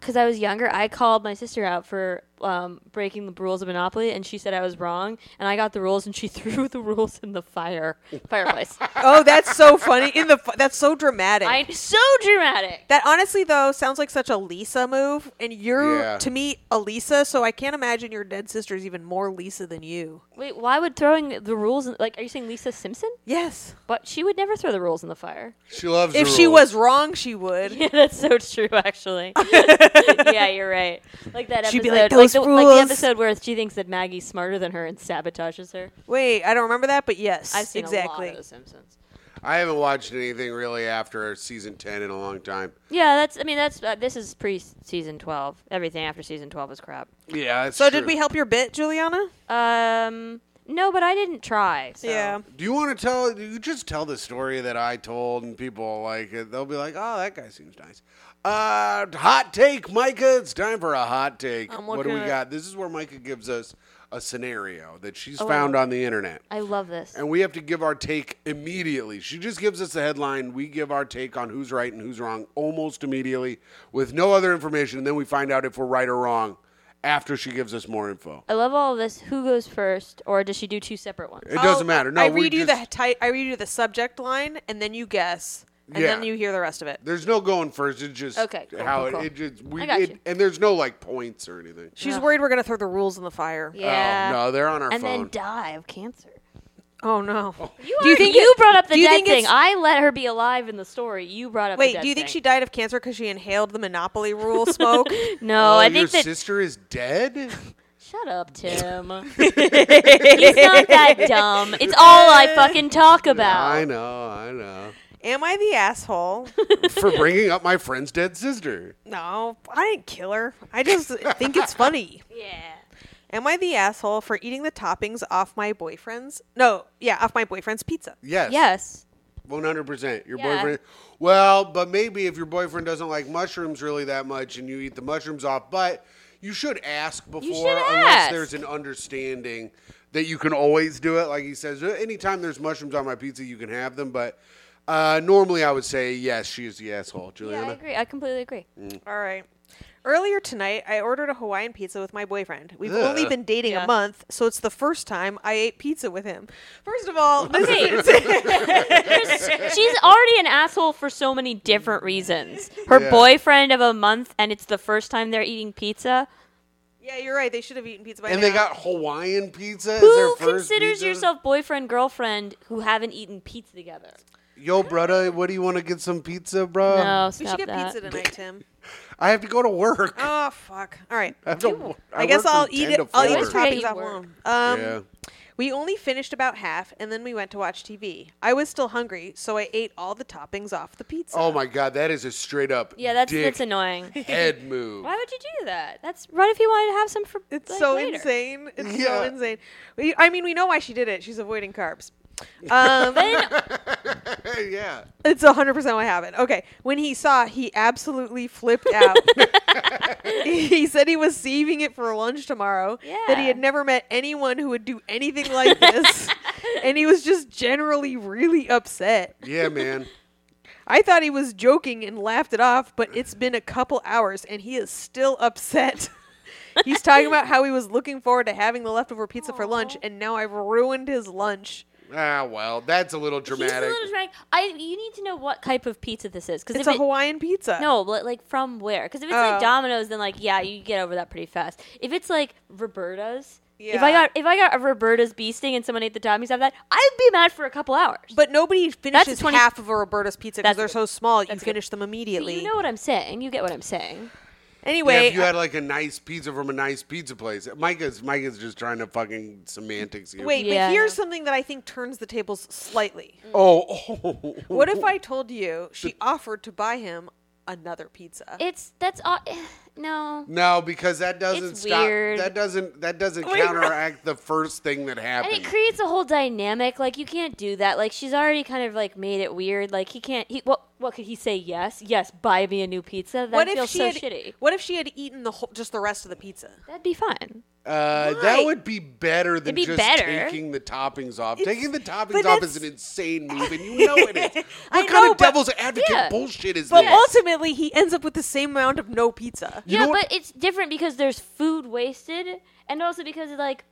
Speaker 3: because I was younger, I called my sister out for um, breaking the rules of Monopoly, and she said I was wrong, and I got the rules, and she [LAUGHS] threw the rules in the fire
Speaker 2: [LAUGHS]
Speaker 3: fireplace.
Speaker 2: Oh, that's so funny. In the fu- that's so dramatic.
Speaker 3: I so dramatic.
Speaker 2: that honestly though sounds like such a Lisa move, and you're
Speaker 1: Yeah.
Speaker 2: to me a Lisa, so I can't imagine your dead sister is even more Lisa than you.
Speaker 3: Wait, why would throwing the rules in, like? Are you saying Lisa Simpson?
Speaker 2: Yes.
Speaker 3: But she would never throw the rules in the fire. [LAUGHS]
Speaker 1: she loves.
Speaker 2: If
Speaker 1: the
Speaker 2: she
Speaker 1: rules.
Speaker 2: was wrong, she would.
Speaker 3: Yeah, that's so true.
Speaker 2: [LAUGHS]
Speaker 3: Actually, yeah, you're right. Like that episode,
Speaker 2: She'd be like, "Those
Speaker 3: the, like the
Speaker 2: rules."
Speaker 3: episode where she thinks that Maggie's smarter than her and sabotages her.
Speaker 2: Wait, I don't remember that, but yes,
Speaker 3: I've seen
Speaker 2: exactly.
Speaker 3: a lot of The Simpsons.
Speaker 1: I haven't watched anything really after season ten in a long time.
Speaker 3: Yeah, that's. I mean, that's. Uh, this is pre season twelve. Everything after season twelve is crap.
Speaker 1: Yeah. It's
Speaker 2: so
Speaker 1: true.
Speaker 2: did we help your bit, Juliana?
Speaker 3: Um, No, but I didn't try. so.
Speaker 2: Yeah.
Speaker 1: Do you want to tell? do You just tell the story that I told, and people like it. They'll be like, "Oh, that guy seems nice." Uh, hot take, Micah. It's time for a hot take.
Speaker 3: I'm
Speaker 1: What do we
Speaker 3: looking at-
Speaker 1: got? This is where Micah gives us a scenario that she's
Speaker 3: Oh.
Speaker 1: found on the internet,
Speaker 3: I love this.
Speaker 1: and we have to give our take immediately. She just gives us the headline. We give our take on who's right and who's wrong almost immediately, with no other information. And then we find out if we're right or wrong after she gives us more info.
Speaker 3: I love all of this. Who goes first, or does she do two separate ones?
Speaker 1: It oh, doesn't matter. No,
Speaker 2: I
Speaker 1: we
Speaker 2: redo
Speaker 1: just-
Speaker 2: the ti- I redo the subject line, and then you guess, and
Speaker 1: Yeah.
Speaker 2: then you hear the rest of it.
Speaker 1: There's no going first. It's just
Speaker 3: Okay, cool,
Speaker 1: how
Speaker 3: cool,
Speaker 1: it,
Speaker 3: cool.
Speaker 1: it just we
Speaker 3: I got
Speaker 1: it,
Speaker 3: you.
Speaker 1: and there's no like points or anything.
Speaker 2: She's worried we're gonna throw the rules in the fire.
Speaker 3: Yeah.
Speaker 1: Oh, no, they're on our
Speaker 3: and
Speaker 1: phone.
Speaker 3: then die of cancer.
Speaker 2: Oh no.
Speaker 3: do you think you
Speaker 2: it-
Speaker 3: brought up the
Speaker 2: do you
Speaker 3: dead
Speaker 2: think it's-
Speaker 3: thing? I let her be alive in the story. You brought up. the
Speaker 2: Wait,
Speaker 3: dead
Speaker 2: do you think she
Speaker 3: thing.
Speaker 2: died of cancer because she inhaled the Monopoly rule
Speaker 3: [LAUGHS]
Speaker 2: smoke?
Speaker 3: No,
Speaker 1: Oh,
Speaker 3: I
Speaker 1: your
Speaker 3: think that.
Speaker 1: sister is
Speaker 3: [LAUGHS]
Speaker 1: dead.
Speaker 3: Shut
Speaker 1: [LAUGHS]
Speaker 2: [LAUGHS]
Speaker 3: up, Tim. He's not that dumb. It's all I fucking talk
Speaker 1: I
Speaker 3: about.
Speaker 1: know, I know.
Speaker 2: Am I the
Speaker 3: [LAUGHS]
Speaker 2: asshole?
Speaker 1: For bringing up my friend's dead sister.
Speaker 2: No, I didn't kill her. I just think it's funny.
Speaker 3: Yeah.
Speaker 2: Am I the asshole for eating the toppings off my boyfriend's? No, yeah, off my boyfriend's pizza.
Speaker 1: Yes.
Speaker 3: Yes.
Speaker 1: One hundred percent. Your
Speaker 3: Yeah.
Speaker 1: boyfriend. Well, but maybe if your boyfriend doesn't like mushrooms really that much, and you eat the mushrooms off, but you should ask before, unless
Speaker 3: ask.
Speaker 1: there's an understanding that you can always do it. Like he says, "Uh, anytime there's mushrooms on my pizza, you can have them. But uh, normally, I would say yes. She is the asshole,
Speaker 3: Yeah, I
Speaker 1: Juliana.
Speaker 3: agree. I completely agree.
Speaker 2: All right. Earlier tonight, I ordered a Hawaiian pizza with my boyfriend. We've
Speaker 1: Ugh.
Speaker 2: only been dating
Speaker 3: Yeah.
Speaker 2: a month, so it's the first time I ate pizza with him. First of all, this [LAUGHS]
Speaker 3: Okay. There's- She's already an asshole for so many different reasons. Her
Speaker 1: Yeah.
Speaker 3: boyfriend of a month, and it's the first time they're eating pizza.
Speaker 2: yeah, you're right. They should have eaten pizza by
Speaker 1: and
Speaker 2: now.
Speaker 1: they got Hawaiian pizza. as their
Speaker 3: Who
Speaker 1: first
Speaker 3: considers
Speaker 1: pizza?
Speaker 3: yourself boyfriend girlfriend who haven't eaten pizza together?
Speaker 1: Yo, brother, what do you want to get some pizza, bro?
Speaker 3: no,
Speaker 2: Oh. we
Speaker 3: stop
Speaker 2: should get
Speaker 3: that.
Speaker 2: pizza tonight, Tim.
Speaker 1: I have to go to work.
Speaker 2: Oh fuck! All right.
Speaker 1: [LAUGHS] I, have to,
Speaker 2: I, guess
Speaker 1: work
Speaker 2: I'll
Speaker 1: from
Speaker 2: eat
Speaker 1: 10
Speaker 2: it.
Speaker 1: to
Speaker 2: I'll eat the
Speaker 1: four.
Speaker 3: That's right,
Speaker 2: toppings
Speaker 3: you
Speaker 2: off
Speaker 3: work.
Speaker 2: alone. Um,
Speaker 1: Yeah.
Speaker 2: We only finished about half, and then we went to watch TV. I was still hungry, so I ate all the toppings off the pizza.
Speaker 1: Oh my god, that is a straight up
Speaker 3: Yeah, that's
Speaker 1: dick
Speaker 3: that's annoying.
Speaker 2: [LAUGHS]
Speaker 1: [LAUGHS] head move.
Speaker 3: Why would you do that? That's right. If you wanted to have some for
Speaker 2: It's
Speaker 3: like,
Speaker 2: so
Speaker 3: later.
Speaker 2: insane. It's
Speaker 1: Yeah.
Speaker 2: so insane. We, I mean, we know why she did it. She's
Speaker 1: [LAUGHS]
Speaker 2: avoiding carbs. [LAUGHS] Um,
Speaker 1: yeah.
Speaker 2: it's 100% what happened. Okay. When he saw, he absolutely flipped
Speaker 3: [LAUGHS]
Speaker 2: out. he said he was saving it for lunch tomorrow. That he
Speaker 3: Yeah.
Speaker 2: had never met anyone who would do anything like
Speaker 3: [LAUGHS]
Speaker 2: this. and he was just generally really upset.
Speaker 1: Yeah, man.
Speaker 2: I thought he was joking and laughed it off, but it's been a couple hours and he is still upset. [LAUGHS] He's talking about how he was looking forward to having the leftover pizza for lunch, and now I've ruined his lunch.
Speaker 1: ah, well, that's a little
Speaker 3: He's a
Speaker 1: dramatic.
Speaker 3: little dramatic. I you need to know what type of pizza this is because
Speaker 2: It's
Speaker 3: if
Speaker 2: a
Speaker 3: it,
Speaker 2: Hawaiian pizza.
Speaker 3: no, li- like from where? Because if it's
Speaker 2: Oh.
Speaker 3: like Domino's, then like yeah, you get over that pretty fast. If it's like Roberta's, if
Speaker 2: Yeah.
Speaker 3: I got if I got a Roberta's bee sting and someone ate the Tommy's of that, I'd be mad for a couple hours.
Speaker 2: But nobody finishes
Speaker 3: 20
Speaker 2: half of a Roberta's pizza because
Speaker 3: That's
Speaker 2: they're
Speaker 3: good.
Speaker 2: so small. You
Speaker 3: That's good.
Speaker 2: finish them
Speaker 3: But
Speaker 2: immediately.
Speaker 3: you know what I'm saying. You get what I'm saying.
Speaker 1: yeah,
Speaker 2: anyway,
Speaker 1: if you had like a nice pizza from a nice pizza place, Micah's Micah's just trying to fucking semantics you.
Speaker 2: wait,
Speaker 3: Yeah, Mm. I
Speaker 2: but here's
Speaker 3: know.
Speaker 2: something that I think turns the tables slightly.
Speaker 1: Oh. [LAUGHS] oh.
Speaker 2: What if I told you she offered to buy him another pizza?
Speaker 3: It's that's all. eh, No,
Speaker 1: No, because that doesn't
Speaker 3: It's
Speaker 1: stop.
Speaker 3: weird.
Speaker 1: That doesn't. That doesn't
Speaker 2: Wait, really?
Speaker 1: counteract the first thing that
Speaker 3: and
Speaker 1: happened.
Speaker 3: it creates a whole dynamic. Like you can't do that. Like she's already kind of like made it weird. Like he can't. He what? What could he say? Yes, yes. Buy me a new pizza. That
Speaker 2: what if
Speaker 3: feels
Speaker 2: she
Speaker 3: so
Speaker 2: had,
Speaker 3: shitty.
Speaker 2: What if she had eaten the whole, just the rest of the pizza?
Speaker 3: That'd be fun.
Speaker 1: uh, that
Speaker 2: Why?
Speaker 1: would be better than
Speaker 3: be
Speaker 1: just
Speaker 3: better.
Speaker 1: taking the toppings off. taking the toppings
Speaker 2: but
Speaker 1: off is
Speaker 2: that's-
Speaker 1: an insane move, and you know it is. What
Speaker 2: I
Speaker 1: kind
Speaker 2: know,
Speaker 1: of
Speaker 2: but-
Speaker 1: devil's advocate
Speaker 3: yeah.
Speaker 1: bullshit is
Speaker 2: But
Speaker 1: this?
Speaker 2: ultimately, he ends up with the same amount of no pizza.
Speaker 1: You
Speaker 3: yeah,
Speaker 1: know what-
Speaker 3: but it's different because there's food wasted, and also because like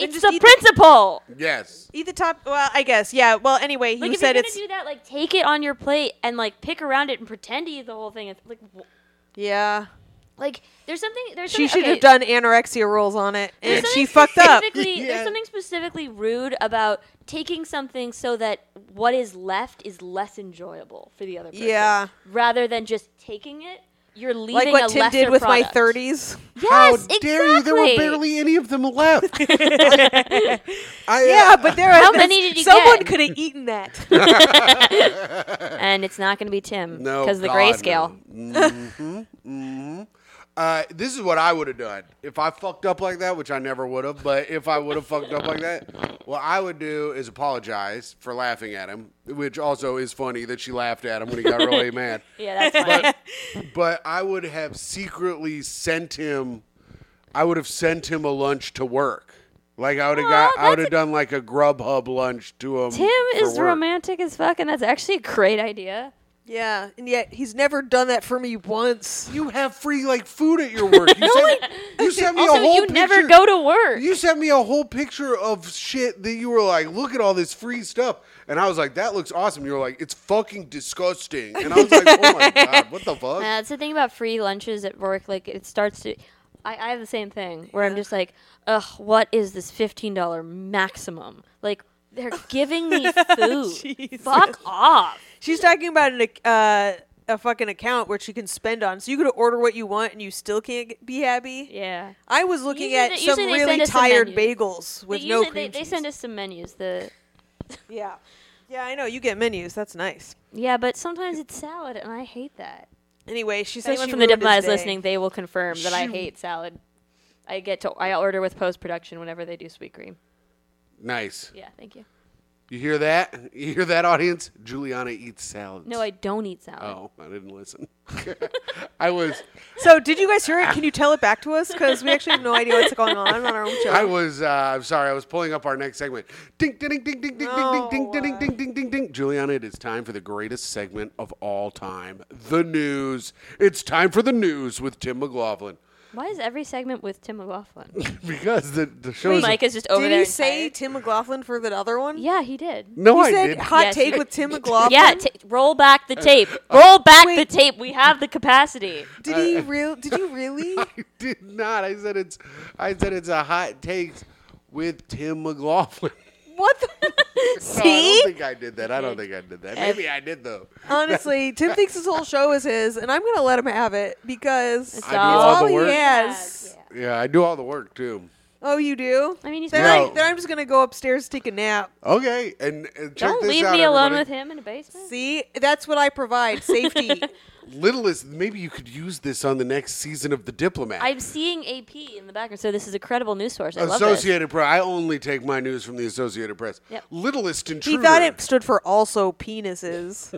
Speaker 3: it's
Speaker 2: just
Speaker 3: the
Speaker 2: eat-
Speaker 3: principle.
Speaker 1: yes.
Speaker 2: Eat the top. Well, I guess. Yeah. Well, anyway, he
Speaker 3: Like if you're
Speaker 2: said
Speaker 3: gonna
Speaker 2: it's.
Speaker 3: do that, like take it on your plate and like pick around it and pretend to eat the whole thing. It's like wh-
Speaker 2: yeah.
Speaker 3: like there's something there's
Speaker 2: She
Speaker 3: something,
Speaker 2: should have
Speaker 3: okay,
Speaker 2: done anorexia rules on it,
Speaker 3: there's
Speaker 2: and
Speaker 3: something
Speaker 2: she
Speaker 3: [LAUGHS]
Speaker 2: fucked up. [LAUGHS]
Speaker 3: specifically-
Speaker 1: Yeah.
Speaker 3: There's something specifically rude about taking something so that what is left is less enjoyable for the other person.
Speaker 2: Yeah.
Speaker 3: Rather than just taking it, you're leaving
Speaker 2: Like
Speaker 3: a
Speaker 2: what Tim
Speaker 3: lesser
Speaker 2: did with my
Speaker 3: product.
Speaker 2: 30s.
Speaker 3: Yes,
Speaker 1: How dare you? There were
Speaker 3: exactly.
Speaker 1: barely any of them
Speaker 3: [LAUGHS]
Speaker 1: left. I, uh,
Speaker 2: Yeah, but there. [LAUGHS] How
Speaker 3: many did you
Speaker 2: Someone
Speaker 3: get?
Speaker 2: could have eaten that.
Speaker 3: and it's not going to be Tim
Speaker 1: No,
Speaker 3: because the
Speaker 1: God,
Speaker 3: grayscale.
Speaker 1: no. Mhm, mhm. Uh, this is what I would have done if I fucked up like that, which I never would have. But if I would have fucked up like that, what I would do is apologize for laughing at him, which also is funny that she laughed at him when he got really
Speaker 3: [LAUGHS]
Speaker 1: mad.
Speaker 3: Yeah, that's fine.
Speaker 1: But I would have secretly sent him. I would have sent him a lunch to work. Like I would have
Speaker 3: Aw,
Speaker 1: got. I
Speaker 3: that's
Speaker 1: would have
Speaker 3: a-
Speaker 1: done like a Grubhub lunch to him.
Speaker 3: Tim
Speaker 1: for
Speaker 3: is
Speaker 1: work.
Speaker 3: romantic as fuck, and that's actually a great idea.
Speaker 2: Yeah, and yet he's never done that for me once.
Speaker 1: You have free like food at your work.
Speaker 3: [LAUGHS]
Speaker 1: You, sent, you sent me
Speaker 3: Also,
Speaker 1: a whole
Speaker 3: you
Speaker 1: picture.
Speaker 3: never go to work.
Speaker 1: You sent me a whole picture of shit that you were like, look at all this free stuff. And I was like, that looks awesome. You were like, it's fucking disgusting. And I was like, oh
Speaker 3: [LAUGHS]
Speaker 1: my God, what the
Speaker 3: Uh,
Speaker 1: fuck?
Speaker 3: that's the thing about free lunches at work. Like it starts to. I, I have the same thing where I'm just like, ugh, what is this fifteen dollar maximum? Like [LAUGHS] they're giving me food. Fuck off.
Speaker 2: She's talking about an ac- uh, a fucking account which you can spend on, so you could order what you want and you still can't g- be happy.
Speaker 3: Yeah.
Speaker 2: I was looking
Speaker 3: Usually
Speaker 2: at
Speaker 3: they-
Speaker 2: some
Speaker 3: usually they
Speaker 2: really
Speaker 3: send us a
Speaker 2: tired
Speaker 3: menu.
Speaker 2: bagels with
Speaker 3: They
Speaker 2: no
Speaker 3: usually-
Speaker 2: cream
Speaker 3: they, they
Speaker 2: cheese.
Speaker 3: send us some menus. The
Speaker 2: yeah, yeah, I know. You get menus. That's nice.
Speaker 3: yeah, but sometimes it's salad, and I hate that.
Speaker 2: Anyway, she says
Speaker 3: Anyone
Speaker 2: she
Speaker 3: from the
Speaker 2: ruined his
Speaker 3: diplomat is
Speaker 2: day.
Speaker 3: listening. They will confirm that I
Speaker 1: She-
Speaker 3: hate salad. I get to I order with post production whenever they do sweet cream.
Speaker 1: Nice.
Speaker 3: Yeah, thank you.
Speaker 1: You hear that? You hear that, audience? Juliana eats salads.
Speaker 3: No, I don't eat salad.
Speaker 1: Oh, I didn't
Speaker 3: [LAUGHS]
Speaker 1: listen. [LAUGHS] I was,
Speaker 2: So, did you guys hear it? Can you tell it back to us? Because we actually have no idea what's going on on our own show.
Speaker 1: I was. Uh, I'm sorry. I was pulling up our next segment. Ding, ding, ding, ding, ding, ding, ding, ding,
Speaker 2: No.
Speaker 1: ding, ding, ding, ding, ding, ding. Juliana, it is time for the greatest segment of all time: the news. It's time for the news with Tim McLaughlin.
Speaker 3: Why is every segment with Tim
Speaker 1: [LAUGHS]
Speaker 3: McLaughlin?
Speaker 1: Because the, the show is
Speaker 3: Mike is just over
Speaker 2: did
Speaker 3: there.
Speaker 2: he
Speaker 3: and
Speaker 2: say
Speaker 3: tired.
Speaker 2: Tim McLaughlin for the other one?
Speaker 3: Yeah, he did.
Speaker 1: no,
Speaker 2: You
Speaker 1: I
Speaker 2: said
Speaker 1: did.
Speaker 2: hot
Speaker 3: Yes,
Speaker 2: take
Speaker 3: you-
Speaker 2: with Tim McLaughlin.
Speaker 3: Yeah, t- roll back
Speaker 1: Uh,
Speaker 3: the tape. Roll back the tape. We have
Speaker 1: [LAUGHS]
Speaker 3: the capacity.
Speaker 2: Did he
Speaker 1: Uh,
Speaker 2: real? Did you
Speaker 3: [LAUGHS]
Speaker 2: really?
Speaker 1: [LAUGHS] I did not. I said it's. I said it's a hot takes with Tim McLaughlin. [LAUGHS]
Speaker 2: what
Speaker 3: [LAUGHS]
Speaker 2: the?
Speaker 1: No, I
Speaker 2: See?
Speaker 1: don't think I did that. I don't think I did that. Maybe I did though.
Speaker 2: Honestly, Tim thinks this whole show is his, and I'm gonna let him have it because
Speaker 3: It's
Speaker 2: it's
Speaker 1: I do
Speaker 3: all
Speaker 1: all
Speaker 2: all
Speaker 1: the
Speaker 2: he
Speaker 1: work.
Speaker 2: has.
Speaker 3: Yeah.
Speaker 1: Yeah, I do all the work too.
Speaker 2: Oh, you do?
Speaker 3: I mean, he's
Speaker 2: Then,
Speaker 1: No.
Speaker 2: I, then I'm just gonna go upstairs take a nap.
Speaker 1: Okay, and, and check
Speaker 3: Don't
Speaker 1: this
Speaker 3: leave
Speaker 1: out,
Speaker 3: me alone
Speaker 1: everybody.
Speaker 3: with him in a basement.
Speaker 2: See, that's what I
Speaker 3: [LAUGHS]
Speaker 2: provide: safety.
Speaker 1: littlest. Maybe you could use this on the next season of The Diplomat.
Speaker 3: I'm seeing AP in the background, so this is a credible news source. I love this.
Speaker 1: Associated Press. I only take my news from the Associated Press.
Speaker 3: Yep.
Speaker 1: Littlest intruder.
Speaker 2: he thought it stood for
Speaker 1: [LAUGHS]
Speaker 2: also penises.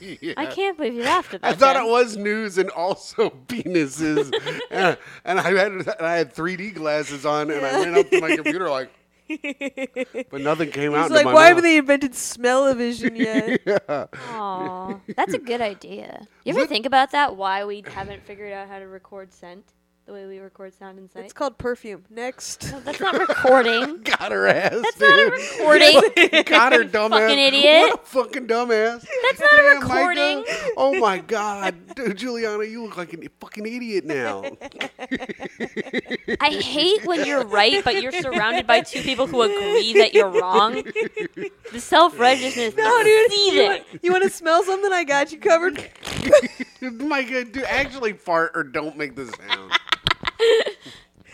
Speaker 1: Yeah.
Speaker 3: I can't believe you laughed at that.
Speaker 1: I thought
Speaker 3: Tim.
Speaker 1: it was news and also [LAUGHS] penises, and, and I had and I had 3D glasses on, and I went up to my computer
Speaker 3: [LAUGHS]
Speaker 1: like, but nothing came out. into
Speaker 2: It's like,
Speaker 1: my
Speaker 2: why
Speaker 1: mouth.
Speaker 2: haven't they
Speaker 1: [LAUGHS]
Speaker 2: invented smell-o-vision yet? [LAUGHS]
Speaker 3: Aw, that's a good idea. You ever think about that? Why we haven't figured out how to record scent the way we record sound and sight?
Speaker 2: It's called perfume. Next. [LAUGHS]
Speaker 3: No, that's not recording.
Speaker 1: Got her ass,
Speaker 3: That's not a
Speaker 1: dude.
Speaker 3: recording.
Speaker 2: [LAUGHS]
Speaker 1: Got her dumbass.
Speaker 3: Fucking idiot.
Speaker 1: What a fucking dumbass.
Speaker 3: That's not a
Speaker 1: Damn,
Speaker 3: recording.
Speaker 1: Micah. Oh my god, [LAUGHS] dude, Juliana, you look like an fucking idiot
Speaker 3: [LAUGHS]
Speaker 1: now.
Speaker 3: I hate when you're right, but you're surrounded by two people who agree that you're wrong. The self righteousness
Speaker 2: No, dude. You
Speaker 3: seething.
Speaker 2: want, you want to smell something? I got you covered.
Speaker 1: [LAUGHS] Micah, do actually fart or don't make the sound. [LAUGHS]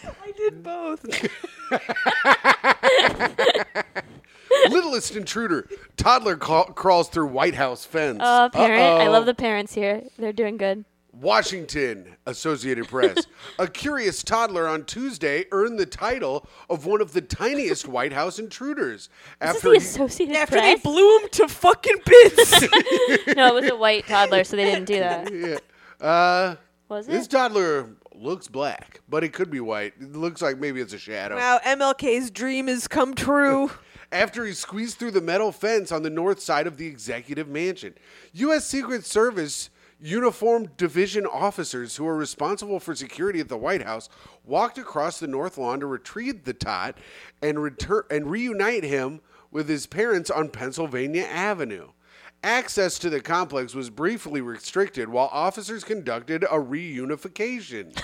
Speaker 2: I did both.
Speaker 1: Littlest intruder. Toddler ca- crawls through White House fence.
Speaker 3: Oh, parent. I
Speaker 1: Uh-oh.
Speaker 3: love the parents here. They're doing good.
Speaker 1: Washington, Associated
Speaker 3: [LAUGHS]
Speaker 1: Press. a curious toddler on Tuesday earned the title of one of the tiniest White House intruders.
Speaker 3: Is [LAUGHS] this
Speaker 1: After
Speaker 3: the Associated
Speaker 2: After they
Speaker 3: Press?
Speaker 2: blew him to fucking
Speaker 3: [LAUGHS]
Speaker 2: bits.
Speaker 3: no, it was a white toddler, so they
Speaker 2: [LAUGHS]
Speaker 3: didn't do that.
Speaker 1: he, yeah. uh,
Speaker 3: Was
Speaker 1: this
Speaker 3: it?
Speaker 1: toddler looks black, but it could be white. It looks like maybe it's a shadow.
Speaker 2: wow, MLK's dream has come true.
Speaker 1: after he squeezed through the metal fence on the north side of the executive mansion. U.S. Secret Service uniformed division officers who are responsible for security at the White House walked across the north lawn to retrieve the tot and return and reunite him with his parents on Pennsylvania Avenue. Access to the complex was briefly restricted while officers conducted a reunification.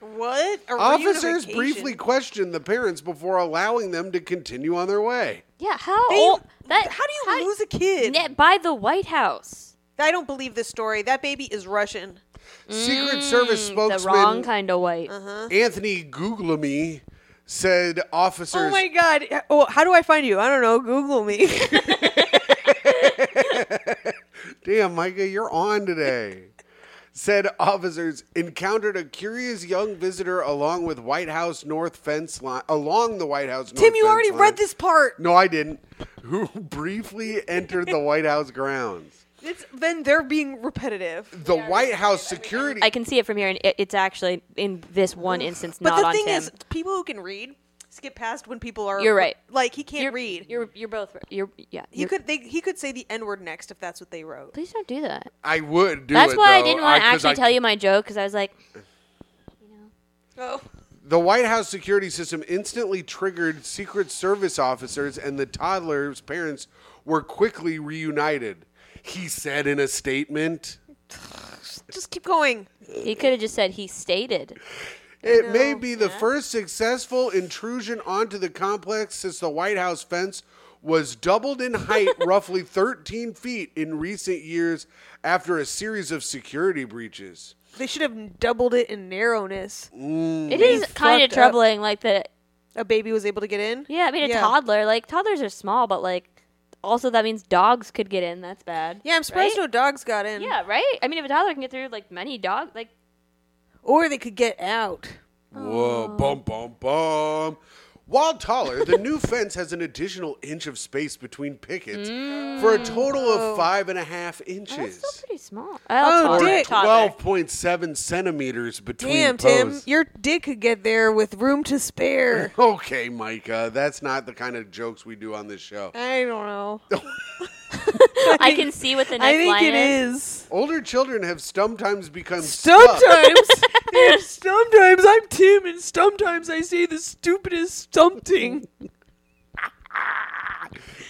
Speaker 2: What? A
Speaker 1: Officers
Speaker 2: reunification?
Speaker 1: briefly questioned the parents before allowing them to continue on their way.
Speaker 3: Yeah, how
Speaker 2: They-
Speaker 3: old? That,
Speaker 2: Oh, how do you lose a kid?
Speaker 3: Yeah, by the White House.
Speaker 2: I don't believe this story. That baby is Russian.
Speaker 1: Secret Service
Speaker 3: Mm, the wrong
Speaker 1: spokesman
Speaker 3: kind of white.
Speaker 2: Uh-huh.
Speaker 1: Anthony Googlamy said
Speaker 2: Oh
Speaker 1: officers
Speaker 2: my god. Oh, how do I find you? I don't know.
Speaker 1: [LAUGHS]
Speaker 2: Google [LAUGHS] me.
Speaker 1: Damn Micah, you're on today. [LAUGHS] Said officers encountered a curious young visitor along with White House North fence line along the White House North
Speaker 2: Tim, you
Speaker 1: fence
Speaker 2: already
Speaker 1: line.
Speaker 2: read this part.
Speaker 1: No, I didn't. [LAUGHS] Who briefly entered the White House grounds.
Speaker 2: It's then they're being repetitive.
Speaker 1: The White House security
Speaker 3: I can see it from here, and it, it's actually in this one instance
Speaker 2: But
Speaker 3: not
Speaker 2: the
Speaker 3: on
Speaker 2: thing
Speaker 3: Tim.
Speaker 2: is, people who can read skip past when people are.
Speaker 3: You're right.
Speaker 2: Like he can't
Speaker 3: you're,
Speaker 2: read.
Speaker 3: You're you're both. right. You're yeah.
Speaker 2: he
Speaker 3: you're-
Speaker 2: could they, he could say the n word next if that's what they wrote.
Speaker 3: Please don't do that.
Speaker 1: I would do
Speaker 3: That's
Speaker 1: it,
Speaker 3: why I
Speaker 1: though.
Speaker 3: didn't want to
Speaker 1: 'cause
Speaker 3: actually
Speaker 1: I-
Speaker 3: tell you my joke because I was like,
Speaker 2: Oh,
Speaker 1: The White House security system instantly triggered Secret Service officers, and the toddler's parents were quickly reunited. He said in a statement.
Speaker 2: just keep going.
Speaker 3: he could have just said he stated.
Speaker 1: It may be the first successful intrusion onto the complex since the White House fence was doubled in height roughly 13 feet in recent years after a series of security breaches.
Speaker 2: They should have doubled it in narrowness.
Speaker 3: It is kind of
Speaker 2: Mm. fucked up.
Speaker 3: troubling, like that.
Speaker 2: A baby was able to get in.
Speaker 3: Yeah, I mean a toddler. Like toddlers are small, but like also that means dogs could get in. That's bad.
Speaker 2: Yeah, I'm surprised
Speaker 3: Right?
Speaker 2: no dogs got in.
Speaker 3: Yeah, right. I mean, if a toddler can get through, like many dogs, like
Speaker 2: Or they could get out.
Speaker 1: Whoa, bum, bum, bum. While taller, the new [LAUGHS] fence has an additional inch of space between pickets for a total of five and a half
Speaker 3: that's
Speaker 1: inches.
Speaker 3: still pretty small. Oh,
Speaker 1: Or
Speaker 3: toddler,
Speaker 2: dick.
Speaker 3: toddler.
Speaker 1: 12.7 centimeters between
Speaker 2: Damn, Tim,
Speaker 1: posts.
Speaker 2: your dick could get there with room to spare.
Speaker 1: Okay, Micah, that's not the kind of jokes we do on this show.
Speaker 2: I don't know.
Speaker 3: I can see what the next
Speaker 2: I think
Speaker 3: line
Speaker 2: it
Speaker 3: is.
Speaker 2: is.
Speaker 1: Older children have sometimes become stuck.
Speaker 3: [LAUGHS]
Speaker 2: Sometimes, yeah, sometimes I'm Tim, and sometimes I say the stupidest something.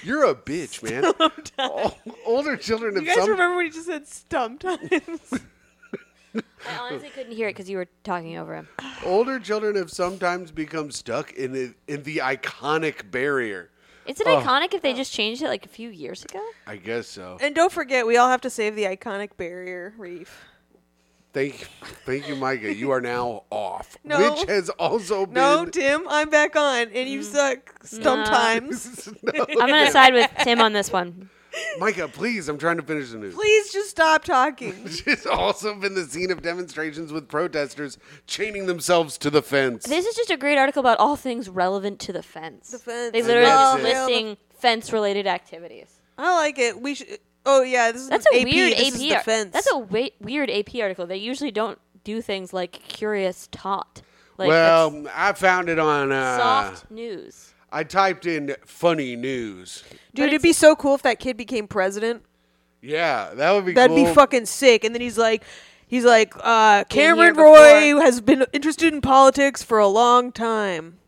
Speaker 1: You're a bitch, man. O- Older children have
Speaker 2: You guys
Speaker 1: some-
Speaker 2: remember when he just said sometimes?
Speaker 3: I
Speaker 1: [LAUGHS]
Speaker 3: honestly couldn't hear it because you were talking over him.
Speaker 1: older children have sometimes become stuck in the, in the iconic barrier.
Speaker 3: Is it
Speaker 1: Oh.
Speaker 3: iconic if they just changed it like a few years
Speaker 1: [LAUGHS]
Speaker 3: ago?
Speaker 1: I guess so.
Speaker 2: and don't forget, we all have to save the iconic barrier reef.
Speaker 1: Thank, thank you, Micah. You are now off,
Speaker 2: [LAUGHS] No.
Speaker 1: which has also been.
Speaker 2: No, Tim, I'm back on, and
Speaker 3: Mm.
Speaker 2: you suck sometimes.
Speaker 1: [LAUGHS] No.
Speaker 3: I'm gonna side with Tim on this one.
Speaker 1: Micah, please, I'm trying to finish the news.
Speaker 2: Please just stop talking.
Speaker 1: It's also been the scene of demonstrations with protesters chaining themselves to the fence.
Speaker 3: This is just a great article about all things relevant to the fence.
Speaker 2: The fence.
Speaker 3: They literally
Speaker 1: Oh,
Speaker 3: are
Speaker 1: yeah, the-
Speaker 3: listing fence-related activities.
Speaker 2: I like it. We should. Oh yeah, this is
Speaker 3: That's a
Speaker 2: AP.
Speaker 3: weird
Speaker 2: this Mm-hmm. Is
Speaker 3: AP.
Speaker 2: the
Speaker 3: ar-
Speaker 2: fence.
Speaker 3: That's a wa- weird AP article. They usually don't do things like curious tot. Like
Speaker 1: well,
Speaker 3: that's
Speaker 1: I found it on. Uh,
Speaker 3: soft news.
Speaker 1: I typed in funny news.
Speaker 2: dude. It'd be so cool if that kid became president.
Speaker 1: Yeah, that would be
Speaker 2: That'd
Speaker 1: cool.
Speaker 2: be fucking sick. And then he's like, he's like, uh,
Speaker 3: Been here
Speaker 2: Cameron Roy
Speaker 3: before.
Speaker 2: has been interested in politics for a long time.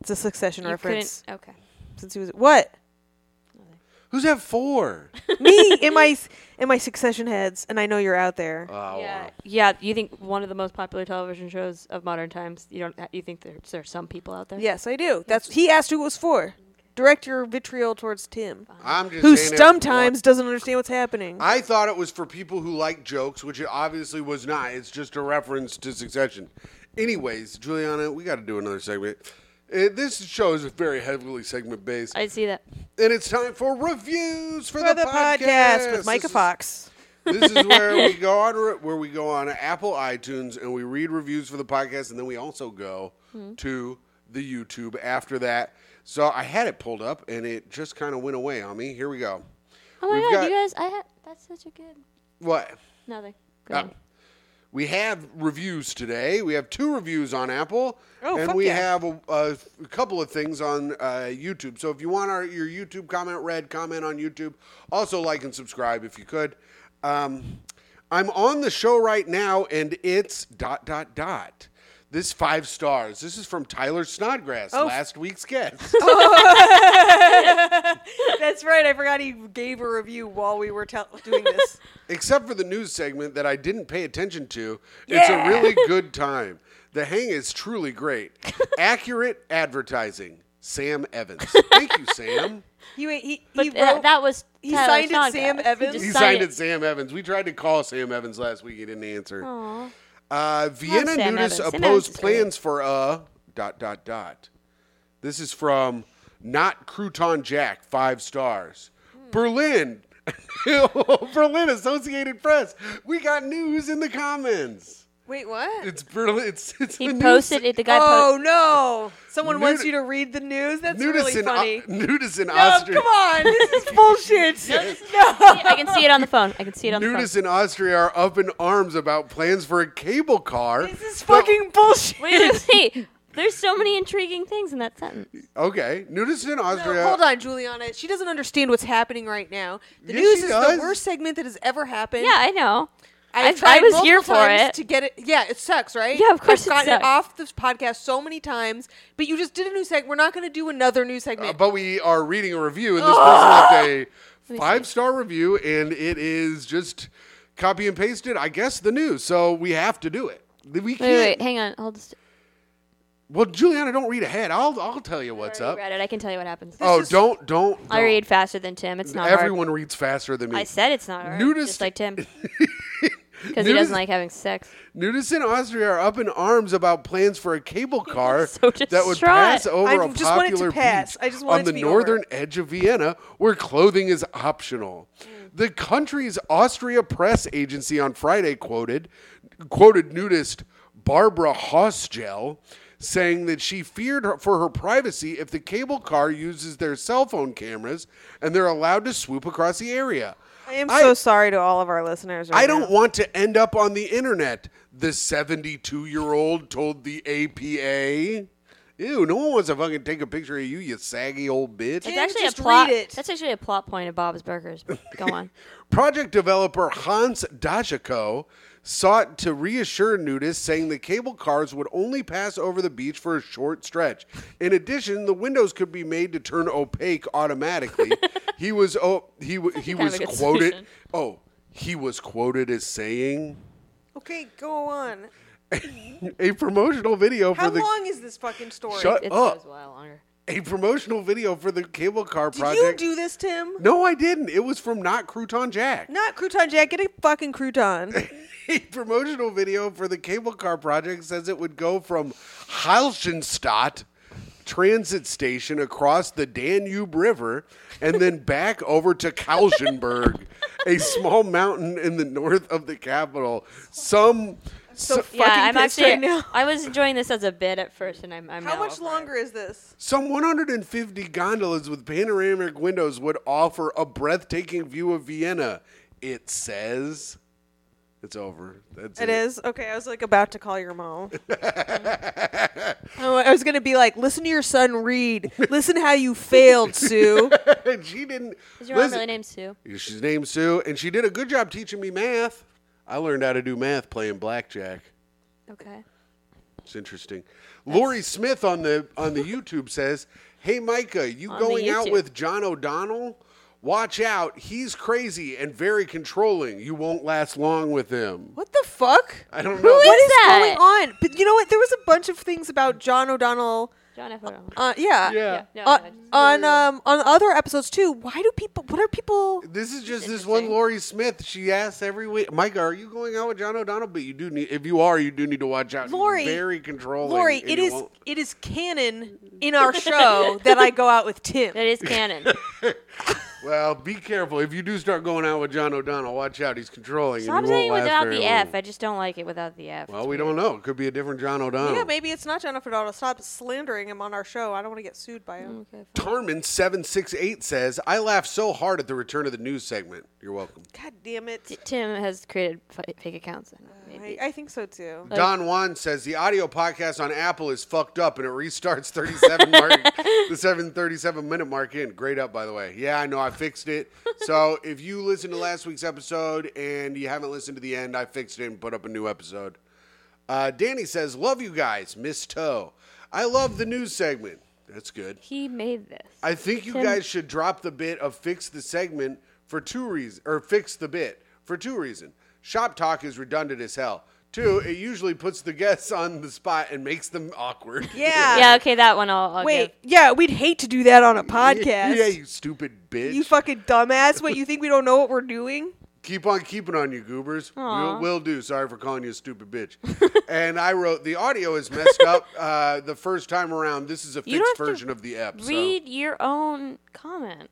Speaker 2: It's a Succession
Speaker 3: You
Speaker 2: reference.
Speaker 3: couldn't. Okay.
Speaker 2: Since he was
Speaker 3: [LAUGHS]
Speaker 2: what
Speaker 1: Who's that
Speaker 2: [LAUGHS]
Speaker 1: for?
Speaker 2: me in my in my Succession heads, and I know you're out there.
Speaker 3: Uh.
Speaker 1: Oh,
Speaker 3: Yeah. Yeah. You think one of the most popular television shows of modern times? You don't? You think there's there are some people out there?
Speaker 2: yes, I do. That's he asked who it was for. Direct your vitriol towards Tim,
Speaker 1: I'm just
Speaker 2: who
Speaker 1: saying it-
Speaker 2: sometimes doesn't understand what's happening.
Speaker 1: I thought it was for people who like jokes, which it obviously was not. It's just a reference to Succession. Anyways, Juliana, we got to do another segment. Uh, this show is very heavily segment based,
Speaker 3: I see that.
Speaker 1: and it's time for reviews for,
Speaker 2: For the podcast
Speaker 1: This
Speaker 2: with Micah
Speaker 1: is-
Speaker 2: Fox.
Speaker 1: This
Speaker 2: [LAUGHS]
Speaker 1: is where we go on where we go on Apple iTunes and we read reviews for the podcast, and then we also go
Speaker 2: Hmm.
Speaker 1: to the YouTube after that. So I had it pulled up, and it just kind of went away on me. Here we go.
Speaker 3: Oh my
Speaker 1: We've
Speaker 3: god,
Speaker 1: got-
Speaker 3: you guys! I had that's such a good
Speaker 1: What?
Speaker 3: nothing. Go
Speaker 1: Uh,
Speaker 3: on.
Speaker 1: we have reviews today. We have two reviews on Apple,
Speaker 2: Oh,
Speaker 1: and
Speaker 2: fuck
Speaker 1: we
Speaker 2: yeah.
Speaker 1: have a, a f- a couple of things on uh, YouTube. So if you want our, your YouTube comment read, comment on YouTube. Also, like and subscribe if you could. Um, I'm on the show right now, and it's dot dot dot. This five stars. This is from Tyler Snodgrass,
Speaker 2: Oh,
Speaker 1: last week's guest.
Speaker 2: That's right. I forgot he gave a review while we were tel- doing this.
Speaker 1: except for the news segment that I didn't pay attention to. It's a
Speaker 3: [LAUGHS]
Speaker 1: really good time. The hang is truly great. Accurate advertising. Sam
Speaker 3: [LAUGHS]
Speaker 1: Evans. Thank you, Sam.
Speaker 2: You [LAUGHS] he, he,
Speaker 3: But
Speaker 2: he
Speaker 3: th-
Speaker 2: wrote,
Speaker 3: that was
Speaker 2: he
Speaker 3: Tyler
Speaker 2: signed it
Speaker 3: Snodgrass.
Speaker 2: Sam
Speaker 3: He
Speaker 2: Evans?
Speaker 3: just
Speaker 1: He
Speaker 3: signed
Speaker 1: signed it Sam Evans. We tried to call Sam Evans last week. He didn't answer.
Speaker 3: Aw.
Speaker 1: Uh, Vienna nudists
Speaker 3: Sam Evans. Sam Evans
Speaker 1: opposed
Speaker 3: is great.
Speaker 1: plans for a dot dot dot.
Speaker 3: Hmm.
Speaker 1: This is from not crouton Jack. Five stars. Berlin. [LAUGHS] Berlin Associated Press. We got news in the comments.
Speaker 2: Wait, what?
Speaker 1: It's Berlin. It's it's
Speaker 3: He
Speaker 1: the news-
Speaker 3: posted it. The guy
Speaker 2: oh
Speaker 3: posted.
Speaker 2: no! Someone wants
Speaker 1: Nudis-
Speaker 2: you to read the news. That's
Speaker 1: Nudis
Speaker 2: really
Speaker 1: and uh, o-
Speaker 2: funny.
Speaker 1: nudis and
Speaker 2: no,
Speaker 1: ostrich.
Speaker 2: come on,
Speaker 1: [LAUGHS]
Speaker 2: this is bullshit.
Speaker 3: I can see it on the phone. I can see it on [LAUGHS]
Speaker 1: Nudis in Austria are up in arms about plans for a cable car.
Speaker 2: This is fucking bullshit.
Speaker 3: the phone. Wait, wait, wait. There's so many intriguing things in that sentence.
Speaker 1: Okay, nudists in
Speaker 2: No,
Speaker 1: Austria.
Speaker 2: hold on, Juliana. She doesn't understand what's happening right now. The
Speaker 1: Yes,
Speaker 2: news
Speaker 1: she
Speaker 2: is
Speaker 1: does.
Speaker 2: the worst segment that has ever happened.
Speaker 3: Yeah, I know.
Speaker 2: I've
Speaker 3: I-
Speaker 2: tried
Speaker 3: I was
Speaker 2: multiple
Speaker 3: here for
Speaker 2: times
Speaker 3: it.
Speaker 2: to get it. Yeah, it sucks, right?
Speaker 3: Yeah, of course
Speaker 2: I've
Speaker 3: it
Speaker 2: gotten
Speaker 3: sucks.
Speaker 2: off this podcast so many times, but you just did a new segment. We're not going to do another new
Speaker 1: Uh,
Speaker 2: segment.
Speaker 1: but we are reading a review,
Speaker 3: Oh.
Speaker 1: and this person left a five star review, and it is just copy and pasted, I guess, the news. So we have to do it. We can't.
Speaker 3: Wait, wait, hang on. Hold. St-
Speaker 1: Well, Juliana, don't read ahead. I'll I'll tell you what's up.
Speaker 3: Read it. I can tell you what happens.
Speaker 1: Oh,
Speaker 2: is-
Speaker 1: don't don't.
Speaker 3: I
Speaker 1: don't.
Speaker 3: read faster than Tim. It's not hard.
Speaker 1: Everyone reads faster than me.
Speaker 3: I said it's not hard.
Speaker 1: Nudist-
Speaker 3: Just
Speaker 1: [LAUGHS]
Speaker 3: like Tim. Because he doesn't like having sex.
Speaker 1: Nudists in Austria are up in arms about plans for a
Speaker 2: [LAUGHS]
Speaker 1: cable car
Speaker 3: so
Speaker 1: that would
Speaker 3: distraught.
Speaker 1: pass over
Speaker 2: I
Speaker 1: a
Speaker 2: just want it to
Speaker 1: popular
Speaker 2: pass.
Speaker 1: beach
Speaker 2: I just want
Speaker 1: on
Speaker 2: it
Speaker 1: the
Speaker 2: to be
Speaker 1: northern
Speaker 2: over.
Speaker 1: edge of Vienna, where clothing is optional.
Speaker 2: Mm.
Speaker 1: The country's Austria press agency on Friday quoted quoted nudist Barbara Hosgel saying that she feared her- for her privacy if the cable car uses their cell phone cameras and they're allowed to swoop across the area.
Speaker 2: I am
Speaker 1: I-
Speaker 2: so sorry to all of our listeners. Right
Speaker 1: I
Speaker 2: now.
Speaker 1: don't want to end up on the internet. The 72 year old told the APA. Ew, no one wants to fucking take a picture of you, you saggy old bitch.
Speaker 3: It's
Speaker 2: Tim,
Speaker 3: actually
Speaker 2: just
Speaker 3: a plot.
Speaker 2: read it.
Speaker 3: That's actually a plot point of Bob's Burgers. but Go
Speaker 1: [LAUGHS]
Speaker 3: on.
Speaker 1: Project developer Hans Dajako sought to reassure nudists, saying the cable cars would only pass over the beach for a short stretch. In addition, the windows could be made to turn opaque
Speaker 3: [LAUGHS]
Speaker 1: automatically. he was oh he w- he
Speaker 3: kind of
Speaker 1: was
Speaker 3: a good
Speaker 1: quoted
Speaker 3: solution.
Speaker 1: oh he was quoted as saying
Speaker 2: Okay, go on.
Speaker 1: a promotional video for
Speaker 2: How
Speaker 1: the
Speaker 2: long is this fucking story?
Speaker 1: Shut
Speaker 3: It
Speaker 1: up.
Speaker 3: goes a while longer.
Speaker 1: a promotional video for the cable car
Speaker 2: Did
Speaker 1: project.
Speaker 2: you do this, Tim?
Speaker 1: no, I didn't. It was from Not Crouton Jack.
Speaker 2: Not crouton jack. Get a
Speaker 1: [LAUGHS]
Speaker 2: fucking crouton.
Speaker 1: A promotional video for the cable car project says it would go from Heilstadt transit station across the Danube River and
Speaker 2: [LAUGHS]
Speaker 1: then back over to Kalschenberg, a small mountain in the north of the capital. Some. so-
Speaker 2: fucking
Speaker 3: Yeah, I'm
Speaker 2: pissed
Speaker 3: actually.
Speaker 2: right
Speaker 3: [LAUGHS]
Speaker 2: now.
Speaker 3: I was enjoying this as a bit at first, and I'm. I'm
Speaker 2: How
Speaker 3: now
Speaker 2: much
Speaker 3: over it.
Speaker 2: longer is this?
Speaker 1: Some 150 gondolas with panoramic windows would offer a breathtaking view of Vienna. It says, "It's over." That's
Speaker 2: It is okay. I was like about to call your
Speaker 1: [LAUGHS]
Speaker 2: mom. Oh, I was gonna be like, listen to your son read. Listen how you
Speaker 1: [LAUGHS]
Speaker 2: failed, Sue.
Speaker 1: And she didn't.
Speaker 3: Is your mom
Speaker 1: listen-
Speaker 3: really named Sue?
Speaker 1: She's named Sue, and she did a good job teaching me math. I learned how to do math playing blackjack.
Speaker 3: Okay.
Speaker 1: It's interesting. Lori Smith on the on the YouTube says, "Hey Micah, you
Speaker 3: On the
Speaker 1: going out
Speaker 3: YouTube.
Speaker 1: with John O'Donnell? Watch out. He's crazy and very controlling. You won't last long with him."
Speaker 2: What the fuck?
Speaker 1: I don't know.
Speaker 2: What
Speaker 3: is
Speaker 2: is
Speaker 3: that?
Speaker 2: going on? But you know what? There was a bunch of things about John O'Donnell.
Speaker 3: John F. O'Donnell.
Speaker 2: Uh, yeah.
Speaker 1: Yeah.
Speaker 3: Yeah, no,
Speaker 2: Uh,
Speaker 3: I just-
Speaker 2: on um on other episodes too. Why do people? What are people?
Speaker 1: This is just this one Lori Smith. She asks every week, Micah, are you going out with John O'Donnell? But you do need, if you are, you do need to watch out. He's
Speaker 2: Lori,
Speaker 1: very controlling.
Speaker 2: Lori,
Speaker 1: and
Speaker 2: it
Speaker 1: you
Speaker 2: is
Speaker 1: won't-
Speaker 2: it is canon in our show that I go out with Tim.
Speaker 3: [LAUGHS]
Speaker 2: [LAUGHS]
Speaker 3: That is canon.
Speaker 1: Well, be careful. If you do start going out with John O'Donnell, watch out. He's controlling.
Speaker 3: So
Speaker 1: and
Speaker 3: I'm
Speaker 1: he won't
Speaker 3: saying
Speaker 1: last
Speaker 3: without
Speaker 1: very
Speaker 3: the
Speaker 1: long.
Speaker 3: F. I just don't like it without the F.
Speaker 1: Well, we don't know. It could be a different John O'Donnell.
Speaker 2: Yeah, maybe it's not John O'Donnell. Stop slandering him on our show. I don't want to get sued by
Speaker 3: Mm,
Speaker 2: him.
Speaker 1: Tarman768 says, I laughed so hard at the return of the news segment. You're welcome.
Speaker 2: God damn it.
Speaker 3: Tim has created fi- fake accounts. and
Speaker 2: Uh, I,
Speaker 3: Maybe.
Speaker 2: I think so too.
Speaker 1: Don Juan says the audio podcast on Apple is fucked up and it restarts [LAUGHS] 37 mark, the 737 minute mark in. Great up, by the way. Yeah, I know I fixed it. So [LAUGHS] if you listen to last week's episode and you haven't listened to the end, I fixed it and put up a new episode. Uh, Danny says, "Love you guys, Miss Toe. I love the news segment. That's good.
Speaker 3: He made this.
Speaker 1: I think you guys should drop the bit of fix the segment for two reasons, or fix the bit for two reasons. Shop talk is redundant as hell. Two, it usually puts the guests [LAUGHS] on the spot and makes them awkward. [LAUGHS]
Speaker 2: Yeah.
Speaker 3: yeah. Okay, that one. I'll, I'll
Speaker 2: Wait.
Speaker 3: give.
Speaker 2: Yeah, we'd hate to do that on a podcast.
Speaker 1: yeah, you stupid bitch.
Speaker 2: You fucking dumbass. What, you think we don't know what we're doing?
Speaker 1: Keep on keeping on, you goobers. We'll,
Speaker 3: Aw.
Speaker 1: will do. Sorry for calling you a stupid bitch. [LAUGHS] and I wrote the audio is messed up uh, the first time around. This is a fixed
Speaker 3: You don't have to
Speaker 1: version of the app. so-
Speaker 2: [LAUGHS]
Speaker 3: Read your own comment.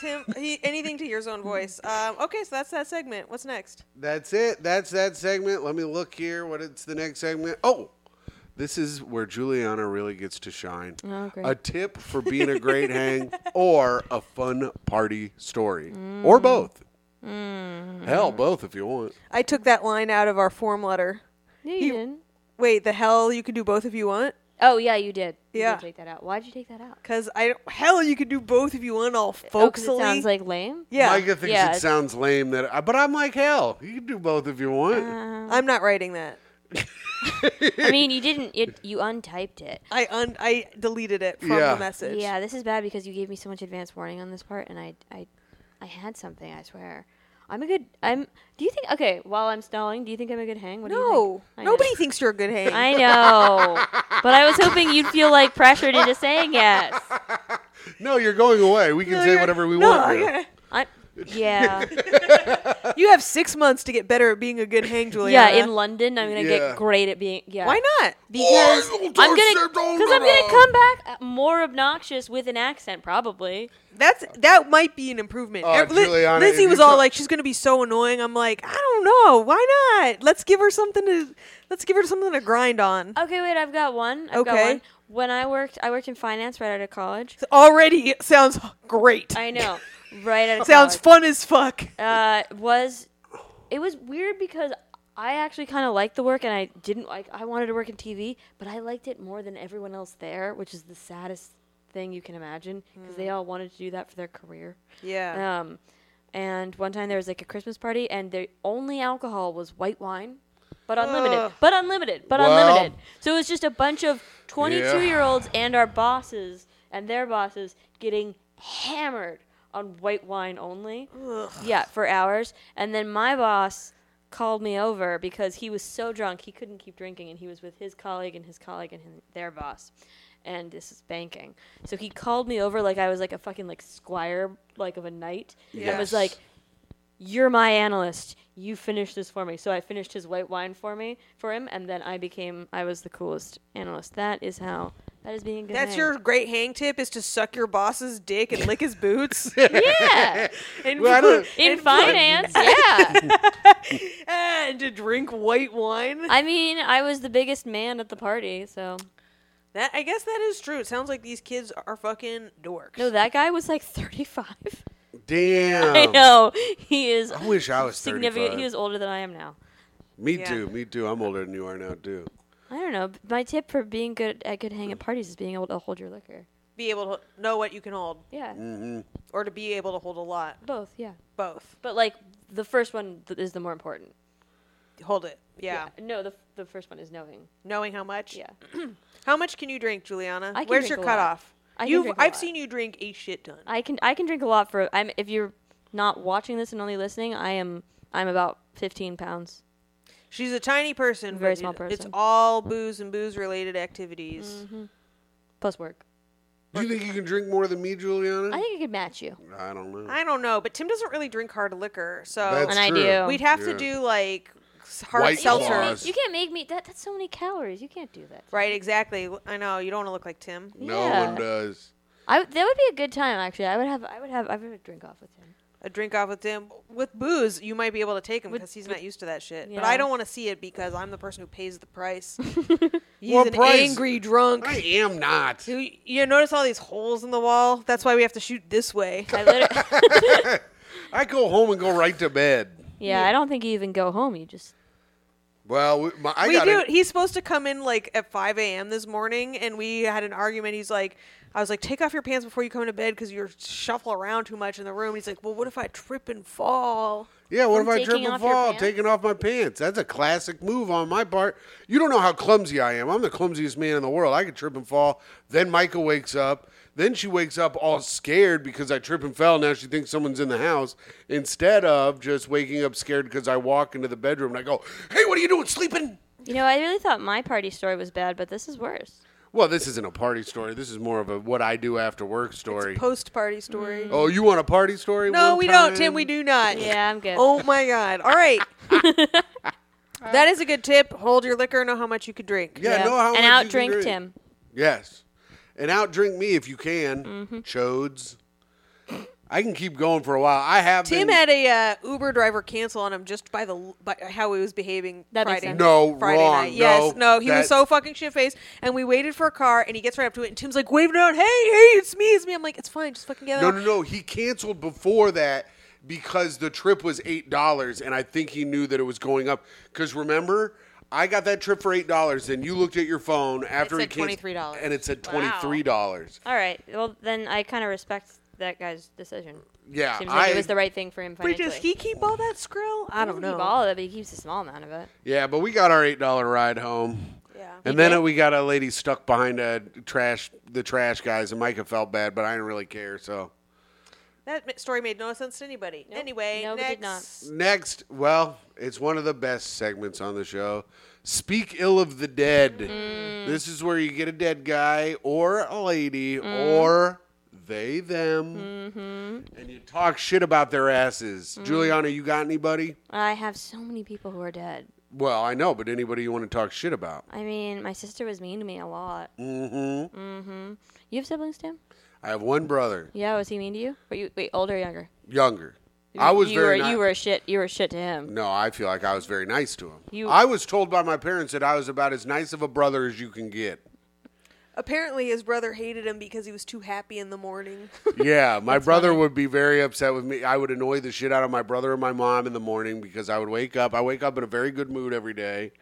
Speaker 2: him he, anything to your
Speaker 1: [LAUGHS]
Speaker 2: own voice. Um, okay, so that's that segment. What's next?
Speaker 1: That's it. That's that segment. Let me look here. What it's the next segment? Oh, this is where Juliana really gets to shine.
Speaker 3: Oh, great.
Speaker 1: A tip for being a
Speaker 3: [LAUGHS]
Speaker 1: great hang or a fun party story
Speaker 3: Mm.
Speaker 1: or both. Hell, both if you want.
Speaker 2: I took that line out of our form letter.
Speaker 3: No, you
Speaker 2: He-
Speaker 3: didn't.
Speaker 2: Wait, the hell you can do both if you want?
Speaker 3: Oh yeah, you did. You did
Speaker 2: Yeah.
Speaker 3: take that out. Why'd you take that out?
Speaker 2: Cause I hell you can do both if you want. All
Speaker 3: Oh, 'cause
Speaker 2: folksily.
Speaker 3: it sounds like lame.
Speaker 2: yeah.
Speaker 1: Micah thinks
Speaker 3: Yeah.
Speaker 1: it sounds lame that, I, but I'm like hell. You can do both if you want.
Speaker 3: Uh,
Speaker 2: I'm not writing that.
Speaker 3: I mean, you didn't. It, you untyped it.
Speaker 2: I un I deleted it from
Speaker 1: Yeah.
Speaker 2: the message.
Speaker 3: Yeah, this is bad because you gave me so much advance warning on this part, and I, I, I had something. I swear, I'm a good. I'm. Do you think? Okay, while I'm stalling, do you think I'm a good hang? What do you
Speaker 2: No,
Speaker 3: think? I know.
Speaker 2: nobody thinks you're a good hang.
Speaker 3: I know,
Speaker 2: [LAUGHS]
Speaker 3: but I was hoping you'd feel like pressured into saying yes.
Speaker 1: No, you're going away. We can say
Speaker 2: you're-
Speaker 1: whatever we
Speaker 2: No,
Speaker 1: want. here.
Speaker 2: okay.
Speaker 3: I, yeah,
Speaker 2: [LAUGHS] you have six months to get better at being a good hang,
Speaker 3: [LAUGHS] yeah.
Speaker 2: Juliana.
Speaker 3: In London, I'm gonna
Speaker 1: Yeah.
Speaker 3: get great at being. Yeah,
Speaker 2: Why not? Oh,
Speaker 3: Because
Speaker 1: Why you
Speaker 3: I'm gonna,
Speaker 1: accept all
Speaker 3: because I'm
Speaker 1: the-
Speaker 3: gonna come back uh, more obnoxious with an accent, probably.
Speaker 2: That's that might be an improvement.
Speaker 1: Oh,
Speaker 2: Ev- Li-
Speaker 1: Juliana, if
Speaker 2: Lizzie
Speaker 1: you
Speaker 2: was all
Speaker 1: co-
Speaker 2: like, "She's gonna be so annoying." I'm like, "I don't know. Why not? Let's give her something to, let's give her something to grind on."
Speaker 3: Okay, wait, I've got one. I've got
Speaker 2: Okay.
Speaker 3: one. When I worked, I worked in finance right out of college.
Speaker 2: It Already sounds great.
Speaker 3: I know, right out of
Speaker 2: Sounds
Speaker 3: college.
Speaker 2: fun as fuck.
Speaker 3: Uh, was it was weird because I actually kind of liked the work, and I didn't like. I wanted to work in TV, but I liked it more than everyone else there, which is the saddest thing you can imagine because they all wanted to do that for their career.
Speaker 2: Yeah.
Speaker 3: Um, and one time there was like a Christmas party, and the only alcohol was white wine, but unlimited,
Speaker 2: Ugh.
Speaker 3: but unlimited, but
Speaker 1: Well.
Speaker 3: unlimited. So it was just a bunch of 22 year olds and our bosses and their bosses getting hammered on white wine only. Yeah, for hours. And then my boss called me over because he was so drunk he couldn't keep drinking and he was with his colleague and his colleague and his, their boss and this is banking so he called me over like i was like a fucking like squire like of a knight and was
Speaker 1: Yes.
Speaker 3: like you're my analyst you finish this for me so i finished his white wine for me for him and then i became i was the coolest analyst that is how that is being a good
Speaker 2: That's
Speaker 3: hang.
Speaker 2: your great hang tip is to suck your boss's dick and
Speaker 1: [LAUGHS]
Speaker 2: lick his boots.
Speaker 3: yeah
Speaker 2: and,
Speaker 1: Well, I don't-
Speaker 3: in finance yeah
Speaker 2: and to drink white wine.
Speaker 3: i mean i was the biggest man at the party so
Speaker 2: That I guess that is true. It sounds like these kids are fucking dorks.
Speaker 3: no Oh, that guy was like 35
Speaker 1: Damn.
Speaker 3: [LAUGHS] I know he is.
Speaker 1: Um, I wish I was
Speaker 3: significant.
Speaker 1: 35.
Speaker 3: He is older than I am now.
Speaker 1: Me
Speaker 2: Yeah.
Speaker 1: too. Me too. I'm older than you are now too.
Speaker 3: I don't know. but My tip for being good at good hang at parties is being able to hold your liquor.
Speaker 2: be able to know what you can hold,
Speaker 3: Yeah,
Speaker 1: Mm.
Speaker 2: or to be able to hold a lot.
Speaker 3: both. Yeah,
Speaker 2: Both
Speaker 3: but like the first one th- is the more important.
Speaker 2: hold it. yeah.
Speaker 3: No, the f- the first one is knowing.
Speaker 2: Knowing how much?
Speaker 3: Yeah.
Speaker 2: [CLEARS THROAT] How much can you drink, Juliana?
Speaker 3: I can
Speaker 2: Where's
Speaker 3: drink
Speaker 2: your
Speaker 3: a lot.
Speaker 2: cutoff?
Speaker 3: I can
Speaker 2: You've
Speaker 3: drink a
Speaker 2: I've
Speaker 3: lot.
Speaker 2: seen you drink a shit ton.
Speaker 3: I can I can drink a lot for. I'm if you're not watching this and only listening, I am I'm about 15 pounds.
Speaker 2: She's a tiny person.
Speaker 3: Very
Speaker 2: but
Speaker 3: small
Speaker 2: it- It's
Speaker 3: person. Mm-hmm.
Speaker 2: all booze and booze related activities.
Speaker 3: Plus work.
Speaker 1: Do you think you can drink more than me, Juliana?
Speaker 3: I think I could match you.
Speaker 1: I, don't know.
Speaker 2: I don't know, but Tim doesn't really drink hard liquor, so
Speaker 1: That's
Speaker 3: And I
Speaker 1: true.
Speaker 3: do.
Speaker 2: we'd have to
Speaker 1: Yeah.
Speaker 2: do like s- hard
Speaker 1: White
Speaker 3: You can't,
Speaker 2: seltzer.
Speaker 1: Claws.
Speaker 3: make, you can't make me. That that's so many calories. You can't do that.
Speaker 2: Right, exactly. I know you don't want to look like Tim.
Speaker 1: No
Speaker 3: Yeah.
Speaker 1: one does.
Speaker 3: I would- that would be a good time actually. I would have I would have I would have a drink off with him.
Speaker 1: [LAUGHS]
Speaker 2: A drink off with Tim with booze, you might be able to take him
Speaker 3: With-
Speaker 2: because he's not used to that shit. But
Speaker 3: yeah.
Speaker 2: I don't want to see it because I'm the person who pays the
Speaker 3: [LAUGHS]
Speaker 2: price. he's
Speaker 1: What
Speaker 2: an
Speaker 1: price?
Speaker 2: angry drunk.
Speaker 1: I am not.
Speaker 2: Do you, you notice all these holes in the wall? That's why we have to shoot this way.
Speaker 3: I literally,
Speaker 1: I go home and go right to bed.
Speaker 3: yeah, I don't think you even go home. You just
Speaker 1: Well, we, my, I
Speaker 2: we
Speaker 1: got
Speaker 2: do.
Speaker 1: it.
Speaker 2: He's supposed to come in like at 5 a.m. this morning, and we had an argument. He's like, I was like, take off your pants before you come into bed because you're shuffle around too much in the room. He's like, well, what if I trip and fall?
Speaker 1: Yeah, what
Speaker 3: From
Speaker 1: if I
Speaker 3: taking
Speaker 1: trip and
Speaker 3: off your
Speaker 1: fall?
Speaker 3: pants?
Speaker 1: Taking off my pants. That's a classic move on my part. You don't know how clumsy I am. I'm the clumsiest man in the world. I could trip and fall. Then Micah wakes up. Then she wakes up all scared because I trip and fell. Now she thinks someone's in the house instead of just waking up scared because I walk into the bedroom and I go, hey, what are you doing sleeping?
Speaker 3: you know, I really thought my party story was bad, but this is worse.
Speaker 1: Well, this isn't a party story. This is more of a what I do after work story.
Speaker 2: Post party story.
Speaker 1: oh, you want a party story?
Speaker 2: No,
Speaker 1: One
Speaker 2: we don't,
Speaker 1: time?
Speaker 2: Tim. We do not.
Speaker 3: Yeah, I'm good.
Speaker 2: Oh my God. All right. that is a good tip. Hold your liquor. Know how much you could drink.
Speaker 1: Yeah, know how much
Speaker 3: and
Speaker 1: you
Speaker 3: out
Speaker 1: can
Speaker 3: drink
Speaker 1: drink.
Speaker 3: Tim.
Speaker 2: Mm-hmm.
Speaker 1: Yes. And outdrink me if you can, chodes. I can keep going for a while. I have
Speaker 2: Tim
Speaker 1: been-
Speaker 2: had a uh, Uber driver cancel on him just by the by how he was behaving
Speaker 3: That makes
Speaker 2: Friday.
Speaker 3: sense.
Speaker 1: No,
Speaker 2: Friday
Speaker 1: wrong.
Speaker 2: night. Yes,
Speaker 1: No,
Speaker 2: no, he was
Speaker 1: that-
Speaker 2: so fucking shit faced. And we waited for a car, and he gets right up to it, and Tim's like waving around, "Hey, hey, it's me, it's me." I'm like, "It's fine, just fucking get
Speaker 1: No,
Speaker 2: out."
Speaker 1: no, no. He canceled before that because the trip was eight dollars, and I think he knew that it was going up. Because remember, I got that trip for eight dollars, and you looked at your phone after
Speaker 4: said
Speaker 1: he canceled-
Speaker 4: $23.
Speaker 1: and it said
Speaker 3: Wow.
Speaker 1: twenty three dollars.
Speaker 3: All right. Well, then I kind of respect that guy's decision.
Speaker 1: Yeah,
Speaker 3: Seems like
Speaker 1: I-
Speaker 3: it was the right thing for him
Speaker 2: Wait,
Speaker 3: financially.
Speaker 2: does he keep all that skrill? I don't
Speaker 3: doesn't keep
Speaker 2: know.
Speaker 3: all of it, but he keeps a small amount of it.
Speaker 1: Yeah, but we got our eight dollar ride home.
Speaker 2: Yeah.
Speaker 1: And
Speaker 3: You
Speaker 1: then
Speaker 3: did?
Speaker 1: we got a lady stuck behind a trash, the trash guys, and Micah felt bad, but I didn't really care. So
Speaker 2: That mi- story made no sense to anybody. Anyway,
Speaker 3: No, it
Speaker 2: next.
Speaker 3: did not.
Speaker 1: next, well, it's one of the best segments on the show. Speak ill of the dead.
Speaker 3: Mm.
Speaker 1: This is where you get a dead guy or a lady
Speaker 3: Mm.
Speaker 1: or they them,
Speaker 3: Mm-hmm.
Speaker 1: and you talk shit about their asses. Juliana, you got anybody?
Speaker 3: I have so many people who are dead.
Speaker 1: Well, I know, but anybody you want to talk shit about?
Speaker 3: I mean, my sister was mean to me a lot. Mm-hmm.
Speaker 1: hmm
Speaker 3: You have siblings, Tim?
Speaker 1: I have one brother,
Speaker 3: Yeah, was he mean to you? Were you wait older or younger?
Speaker 1: younger. I was
Speaker 3: you
Speaker 1: very.
Speaker 3: were,
Speaker 1: ni-
Speaker 3: you were a shit. You were a shit to him.
Speaker 1: No, I feel like I was very nice to him.
Speaker 3: You-
Speaker 1: I was told by my parents that I was about as nice of a brother as you can get.
Speaker 2: Apparently, his brother hated him because he was too happy in
Speaker 1: [LAUGHS]
Speaker 2: the morning.
Speaker 1: Yeah, my brother would be very upset with me. I would annoy the shit out of my brother and my mom in the morning because I would wake up. I wake up in a very good mood every day,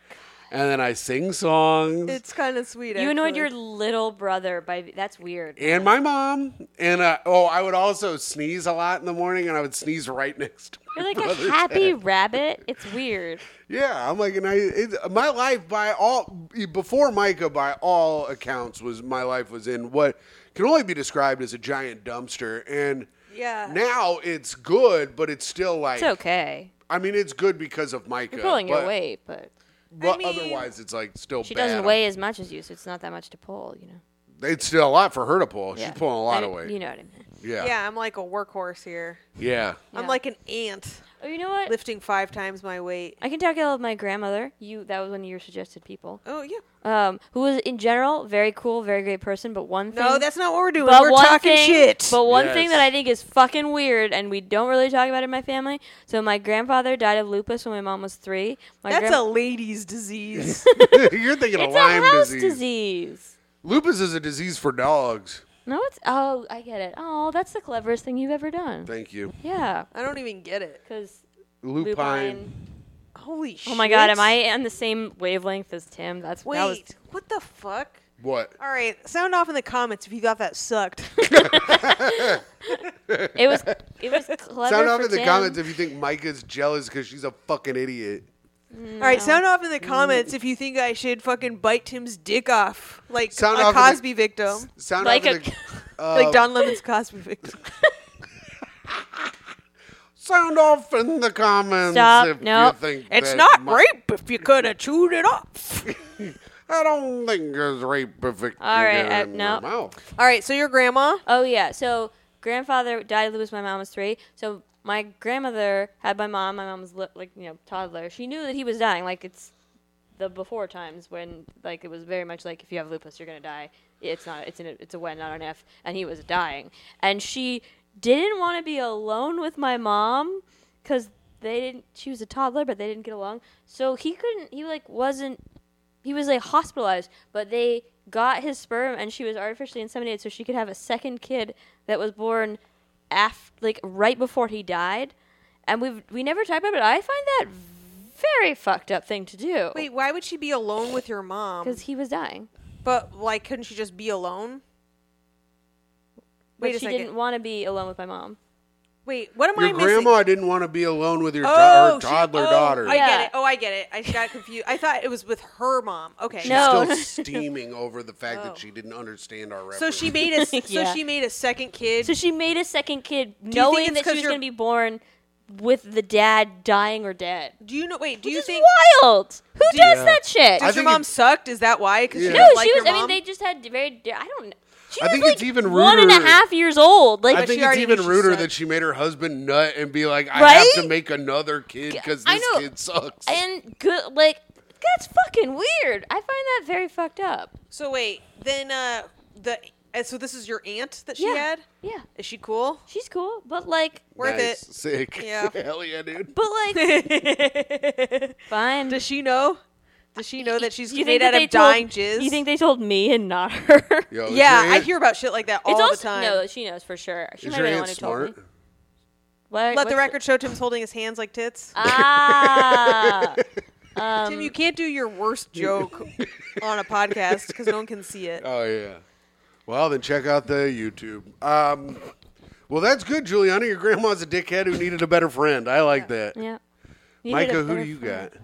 Speaker 1: and then I sing songs
Speaker 2: it's kind of sweet.
Speaker 3: You annoyed
Speaker 2: actually.
Speaker 3: your little brother by that's weird.
Speaker 1: and my mom. And uh, oh, I would also sneeze a lot in the morning, and I would sneeze right [LAUGHS] next to my
Speaker 3: You're like
Speaker 1: brother's
Speaker 3: a
Speaker 1: head.
Speaker 3: happy rabbit. It's weird.
Speaker 1: Yeah, I'm like, and I, it, my life by all before Micah, by all accounts, was my life was in what can only be described as a giant dumpster, and
Speaker 2: Yeah.
Speaker 1: now it's good, but it's still like,
Speaker 3: It's okay.
Speaker 1: I mean, it's good because of Micah,
Speaker 3: You're pulling
Speaker 1: but,
Speaker 3: your weight, but
Speaker 1: but
Speaker 2: I mean-
Speaker 1: otherwise it's like still
Speaker 3: she
Speaker 1: bad.
Speaker 3: doesn't weigh as much as you, so it's not that much to pull. You know.
Speaker 1: It's still a lot for her to pull.
Speaker 3: Yeah.
Speaker 1: She's pulling a lot
Speaker 3: I-
Speaker 1: of weight.
Speaker 3: You know what I mean.
Speaker 1: yeah, yeah,
Speaker 2: Yeah, I'm like a workhorse here. I'm
Speaker 3: Yeah.
Speaker 2: like an ant
Speaker 3: Oh, you know what?
Speaker 2: lifting five times my weight.
Speaker 3: I can talk ill of my grandmother. You that was one of your suggested people.
Speaker 2: Oh yeah.
Speaker 3: Um, who was in general very cool, very great person, but one thing
Speaker 2: No, that's not what we're doing.
Speaker 3: but
Speaker 2: we're
Speaker 3: one
Speaker 2: talking
Speaker 3: thing,
Speaker 2: shit.
Speaker 3: But one thing
Speaker 1: Yes.
Speaker 3: that I think is fucking weird, and we don't really talk about it in my family. So my grandfather died of lupus when my mom was three. My
Speaker 2: that's
Speaker 3: gran-
Speaker 2: a lady's disease.
Speaker 1: [LAUGHS] You're thinking of
Speaker 3: [LAUGHS] it's
Speaker 1: Lyme
Speaker 3: a house
Speaker 1: disease.
Speaker 3: disease.
Speaker 1: Lupus is a disease for dogs.
Speaker 3: No, it's oh, I get it. Oh, that's the cleverest thing you've ever done.
Speaker 1: Thank you,
Speaker 3: Yeah,
Speaker 2: I don't even get it.
Speaker 3: because
Speaker 1: lupine.
Speaker 3: lupine.
Speaker 2: Holy shit.
Speaker 3: Oh my god, am I on the same wavelength as Tim? That's
Speaker 2: Wait,
Speaker 3: that was
Speaker 2: what the fuck?
Speaker 1: What?
Speaker 2: All right, sound off in the comments if you thought that
Speaker 3: [LAUGHS]
Speaker 2: sucked.
Speaker 3: it was it was clever.
Speaker 1: [LAUGHS] Sound off
Speaker 3: for
Speaker 1: in the
Speaker 3: Tim.
Speaker 1: comments if you think Micah's jealous because she's a fucking idiot.
Speaker 2: All right, sound off in the comments if you think I should fucking bite Tim's dick off like
Speaker 1: Sound
Speaker 2: a
Speaker 1: off in the-
Speaker 2: Cosby victim,
Speaker 1: Sound
Speaker 3: Like
Speaker 1: off
Speaker 3: a-
Speaker 1: in
Speaker 3: [LAUGHS]
Speaker 1: the, uh,
Speaker 2: [LAUGHS] like Don Lemon's Cosby
Speaker 1: [LAUGHS]
Speaker 2: victim.
Speaker 1: sound off in the comments
Speaker 3: Stop.
Speaker 1: if
Speaker 3: Nope.
Speaker 1: you think
Speaker 2: It's
Speaker 1: that
Speaker 2: not
Speaker 1: Mi-
Speaker 2: rape if you could have chewed it
Speaker 1: [LAUGHS]
Speaker 2: off.
Speaker 1: I don't think it's rape if it
Speaker 3: All right,
Speaker 1: in
Speaker 3: uh,
Speaker 1: your
Speaker 3: nope.
Speaker 1: mouth.
Speaker 2: All right, so your grandma.
Speaker 3: [LAUGHS] Oh yeah. So grandfather died of lupus. My mom was three. So my grandmother had my mom. My mom was li- like you know toddler. She knew that he was dying. Like it's the before times when like it was very much like if you have lupus you're gonna die. It's not. It's an. It's a when not an if. And he was dying. And she didn't want to be alone with my mom because they didn't. She was a toddler, but they didn't get along. So he couldn't. He like wasn't he was like hospitalized, but they got his sperm and she was artificially inseminated so she could have a second kid that was born after like right before he died. And we've we never talked about it. I find that very fucked up thing to do.
Speaker 2: Wait, why would she be alone with your mom?
Speaker 3: Because he was dying.
Speaker 2: But like, couldn't she just be alone?
Speaker 3: But
Speaker 2: Wait a
Speaker 3: she
Speaker 2: second.
Speaker 3: didn't want to be alone with my mom.
Speaker 2: Wait, what am I
Speaker 1: Your
Speaker 2: missing?
Speaker 1: grandma didn't want to be alone with your to- her
Speaker 2: oh, she-
Speaker 1: toddler
Speaker 2: oh,
Speaker 1: daughter.
Speaker 2: I get
Speaker 3: Yeah.
Speaker 2: it. Oh, I get it. I got confused. I thought it was with her mom. Okay.
Speaker 1: She's
Speaker 3: No.
Speaker 1: still
Speaker 2: [LAUGHS]
Speaker 1: steaming over the fact that she didn't understand our reference.
Speaker 2: Oh. So she made
Speaker 3: [LAUGHS]
Speaker 2: a s- so
Speaker 3: Yeah.
Speaker 2: she made a second kid.
Speaker 3: So she made a second kid
Speaker 2: think it's
Speaker 3: knowing that
Speaker 2: 'cause
Speaker 3: she was
Speaker 2: you're-
Speaker 3: going to be born with the dad dying or dead.
Speaker 2: do you know? Wait, do
Speaker 3: Which
Speaker 2: you
Speaker 3: is
Speaker 2: think?
Speaker 3: wild. Who does
Speaker 1: Yeah.
Speaker 3: that shit?
Speaker 1: I
Speaker 2: Did your
Speaker 1: think
Speaker 2: mom
Speaker 1: it's-
Speaker 2: sucked? Is that why? Because
Speaker 1: Yeah.
Speaker 2: she
Speaker 3: No,
Speaker 2: didn't like
Speaker 3: she was.
Speaker 2: your
Speaker 3: I
Speaker 2: mom?
Speaker 3: mean, they just had very. di- I don't. know. She
Speaker 1: I
Speaker 3: was
Speaker 1: think
Speaker 3: like
Speaker 1: it's even
Speaker 3: one and a
Speaker 1: ruder-
Speaker 3: half years old. Like
Speaker 1: I
Speaker 2: but
Speaker 1: think
Speaker 2: she
Speaker 1: it's
Speaker 2: already
Speaker 1: even
Speaker 2: knew she
Speaker 1: ruder
Speaker 2: sucked.
Speaker 1: that she made her husband nut and be like, I
Speaker 3: Right?
Speaker 1: have to make another kid because
Speaker 3: I
Speaker 1: this
Speaker 3: know.
Speaker 1: kid sucks.
Speaker 3: and good. Like that's fucking weird. I find that very fucked up.
Speaker 2: so wait, then uh, the And so this is your aunt that she
Speaker 3: yeah.
Speaker 2: had.
Speaker 3: Yeah.
Speaker 2: Is she cool?
Speaker 3: She's cool, but like,
Speaker 2: Worth
Speaker 1: nice. Sick.
Speaker 2: Yeah.
Speaker 1: [LAUGHS] Hell yeah, dude.
Speaker 3: but like, [LAUGHS]
Speaker 2: it.
Speaker 3: fine.
Speaker 2: Does she know? Does she know that she's
Speaker 3: You
Speaker 2: made
Speaker 3: think
Speaker 2: out
Speaker 3: that they
Speaker 2: of dying
Speaker 3: told-
Speaker 2: jizz?
Speaker 3: You think they told me and not her? [LAUGHS]
Speaker 1: Yo, Oh, is
Speaker 2: yeah,
Speaker 1: your
Speaker 2: I
Speaker 1: aunt-
Speaker 2: hear about shit like that all
Speaker 3: it's also
Speaker 2: the time.
Speaker 3: no. She knows for sure. She
Speaker 1: Is
Speaker 3: might
Speaker 1: your
Speaker 3: be the
Speaker 1: aunt
Speaker 3: one who told me.
Speaker 1: smart?
Speaker 3: What,
Speaker 2: Let
Speaker 3: what's
Speaker 2: the record show Tim's holding his hands like tits. [LAUGHS]
Speaker 3: Ah.
Speaker 1: [LAUGHS]
Speaker 2: Uh, Tim, you can't do your worst joke oh, on a podcast because no one can see it.
Speaker 1: Oh yeah. Well, then check out the YouTube. Um, well, that's good, Juliana. Your grandma's a dickhead who needed a better friend. I like that.
Speaker 3: yeah. You did a
Speaker 1: Micah, who do
Speaker 3: better
Speaker 1: you
Speaker 3: friend.
Speaker 1: got?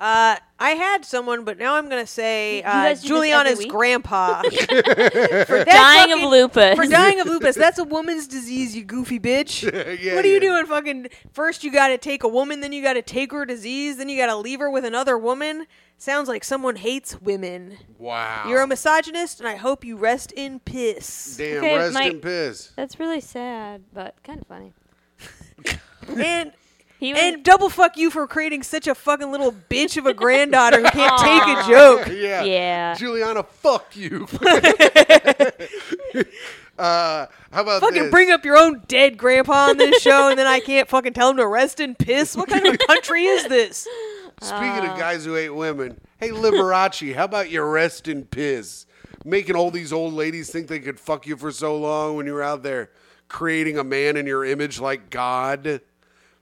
Speaker 2: Uh, I had someone, but now I'm gonna say uh,
Speaker 3: guys do this every
Speaker 2: Juliana's
Speaker 3: week?
Speaker 2: [LAUGHS] grandpa for that
Speaker 3: Dying
Speaker 2: fucking-
Speaker 3: of lupus.
Speaker 2: For dying of lupus, that's a woman's disease, you goofy bitch.
Speaker 1: Yeah,
Speaker 2: what are you
Speaker 1: yeah.
Speaker 2: doing? Fucking first, you got to take a woman, then you got to take her disease, then you got to leave her with another woman. Sounds like someone hates women.
Speaker 1: Wow.
Speaker 2: You're a misogynist, and I hope you rest in piss.
Speaker 1: Damn,
Speaker 3: Okay,
Speaker 1: rest
Speaker 3: Mike.
Speaker 1: in piss.
Speaker 3: [LAUGHS] That's really sad, but kind of funny.
Speaker 2: and
Speaker 3: He was,
Speaker 2: and double fuck you for creating such a fucking little bitch of a granddaughter who
Speaker 3: [LAUGHS]
Speaker 2: can't take a joke.
Speaker 1: Yeah.
Speaker 3: Yeah.
Speaker 1: Juliana, fuck
Speaker 2: [LAUGHS]
Speaker 1: you. [LAUGHS] uh, how about
Speaker 2: Fucking
Speaker 1: this?
Speaker 2: bring up your own dead grandpa on this show, and then I can't fucking tell him to rest in piss.
Speaker 1: [LAUGHS]
Speaker 2: What kind of a country is this?
Speaker 1: Speaking
Speaker 2: Uh.
Speaker 1: of guys who hate women, hey Liberace, how about your rest in piss? Making all these old ladies think they could fuck you for so long when you were out there creating a man in your image like God.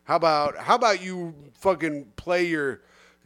Speaker 1: How about how about you fucking play your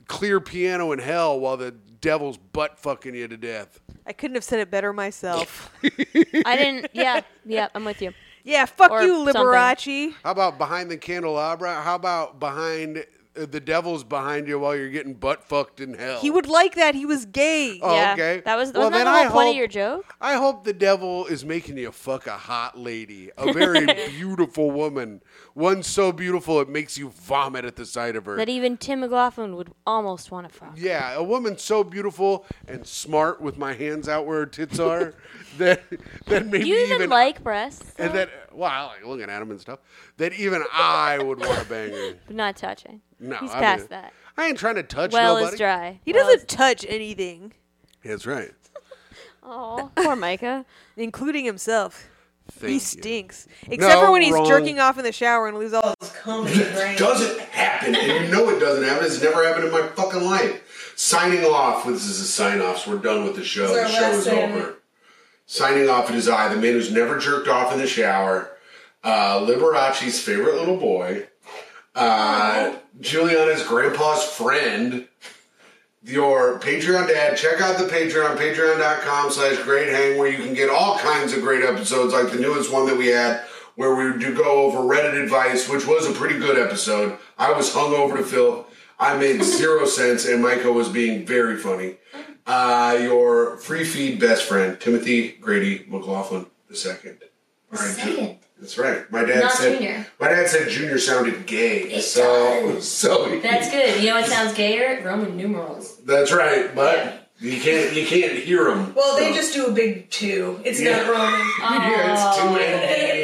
Speaker 1: clear piano in hell while the devil's butt fucking you to death?
Speaker 2: I couldn't have said it
Speaker 1: [LAUGHS]
Speaker 2: better myself.
Speaker 3: I didn't. Yeah. Yeah. I'm with you.
Speaker 2: Yeah, fuck
Speaker 3: Or
Speaker 2: you,
Speaker 3: something.
Speaker 2: Liberace.
Speaker 1: How about behind the candelabra? How about behind uh, the devil's behind you while you're getting butt fucked in hell?
Speaker 2: He would like that. He was gay.
Speaker 1: Oh,
Speaker 3: yeah.
Speaker 1: okay.
Speaker 3: That was
Speaker 1: Well, then
Speaker 3: wasn't that the whole
Speaker 1: I
Speaker 3: point
Speaker 1: hope-
Speaker 3: of your joke.
Speaker 1: I hope the devil is making you fuck a hot lady, a
Speaker 3: [LAUGHS]
Speaker 1: very beautiful woman, one so beautiful it makes you vomit at the sight of her.
Speaker 3: That even Tim McLaughlin would almost want to fuck.
Speaker 1: yeah, a woman so beautiful and smart with my hands out where her
Speaker 3: [LAUGHS]
Speaker 1: tits are that that maybe
Speaker 3: Do you even, like breasts?
Speaker 1: and
Speaker 3: though?
Speaker 1: that well, I like looking at them and stuff. That even I would want to bang her.
Speaker 3: But not touching.
Speaker 1: No,
Speaker 3: He's
Speaker 1: I
Speaker 3: past
Speaker 1: mean,
Speaker 3: that.
Speaker 1: I ain't trying to touch
Speaker 3: Well
Speaker 1: nobody.
Speaker 3: is dry.
Speaker 2: He
Speaker 3: Well
Speaker 2: doesn't
Speaker 3: is-
Speaker 2: touch anything,
Speaker 1: That's right.
Speaker 3: Oh, poor Micah.
Speaker 2: including himself.
Speaker 1: Thank
Speaker 2: he
Speaker 1: you.
Speaker 2: stinks. Except
Speaker 1: No,
Speaker 2: for when he's
Speaker 1: wrong.
Speaker 2: jerking off in the shower and loses all his cum.
Speaker 1: doesn't happen, and you know it doesn't happen. It's never happened in my fucking life. Signing off. This is a sign offs. We're done with the show.
Speaker 2: our
Speaker 1: The show
Speaker 2: last
Speaker 1: is
Speaker 2: segment.
Speaker 1: over. Signing off. It is I, the man who's never jerked off in the shower. Uh, Liberace's favorite little boy. Uh, Juliana's grandpa's friend. Your Patreon dad. Check out the Patreon, patreon.com slash great hang, where you can get all kinds of great episodes, like the newest one that we had, where we do go over Reddit advice, which was a pretty good episode. I was hungover to Phil. I made zero
Speaker 4: [LAUGHS]
Speaker 1: sense, and Micah was being very funny. Uh, your free feed best friend, Timothy Grady McLaughlin II. All right, Ju-
Speaker 4: Second.
Speaker 1: that's right. My dad
Speaker 4: Not
Speaker 1: said
Speaker 4: junior.
Speaker 1: my dad said junior sounded gay.
Speaker 4: It
Speaker 1: so
Speaker 4: does.
Speaker 1: so
Speaker 4: That's good. You know what sounds gayer? Roman numerals.
Speaker 1: that's right, but
Speaker 4: Yeah.
Speaker 1: you can't you can't hear them.
Speaker 2: do a big two. It's
Speaker 1: Yeah. not
Speaker 2: Roman.
Speaker 1: [LAUGHS] yeah, it's
Speaker 4: Oh. [LAUGHS]
Speaker 1: too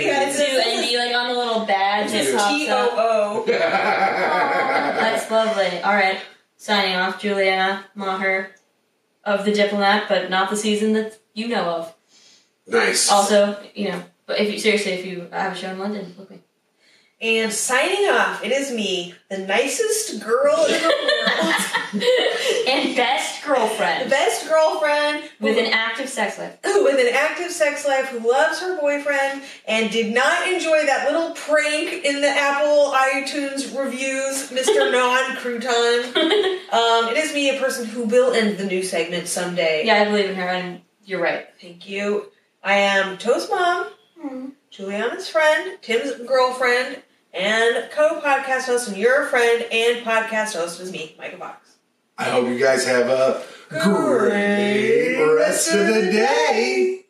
Speaker 2: Yeah,
Speaker 4: Two and you like on the little badge that pops up.
Speaker 2: O.
Speaker 4: That's lovely. All right, signing off, Juliana Maher of the Diplomat, but not the season that you know of.
Speaker 1: [LAUGHS] Nice.
Speaker 4: Also, you know, but if you seriously, if you have a show in London, look me.
Speaker 2: And signing off, it is me, the nicest girl in
Speaker 4: [LAUGHS]
Speaker 2: the world,
Speaker 4: [LAUGHS] and best girlfriend
Speaker 2: best girlfriend
Speaker 4: with an active sex life.
Speaker 2: who with an active sex life who loves her boyfriend and did not enjoy that little prank in the Apple iTunes
Speaker 4: [LAUGHS]
Speaker 2: reviews, Mr. Non Crouton. Um, it is me, a person who will end the new segment someday.
Speaker 4: Yeah, I believe in her, and you're right.
Speaker 2: Thank you. I am Toast Mom,
Speaker 4: Hmm.
Speaker 2: Juliana's friend, Tim's girlfriend, and co-podcast host, and your friend and podcast host is me, Micah Box.
Speaker 1: I hope you guys have a great rest of the day.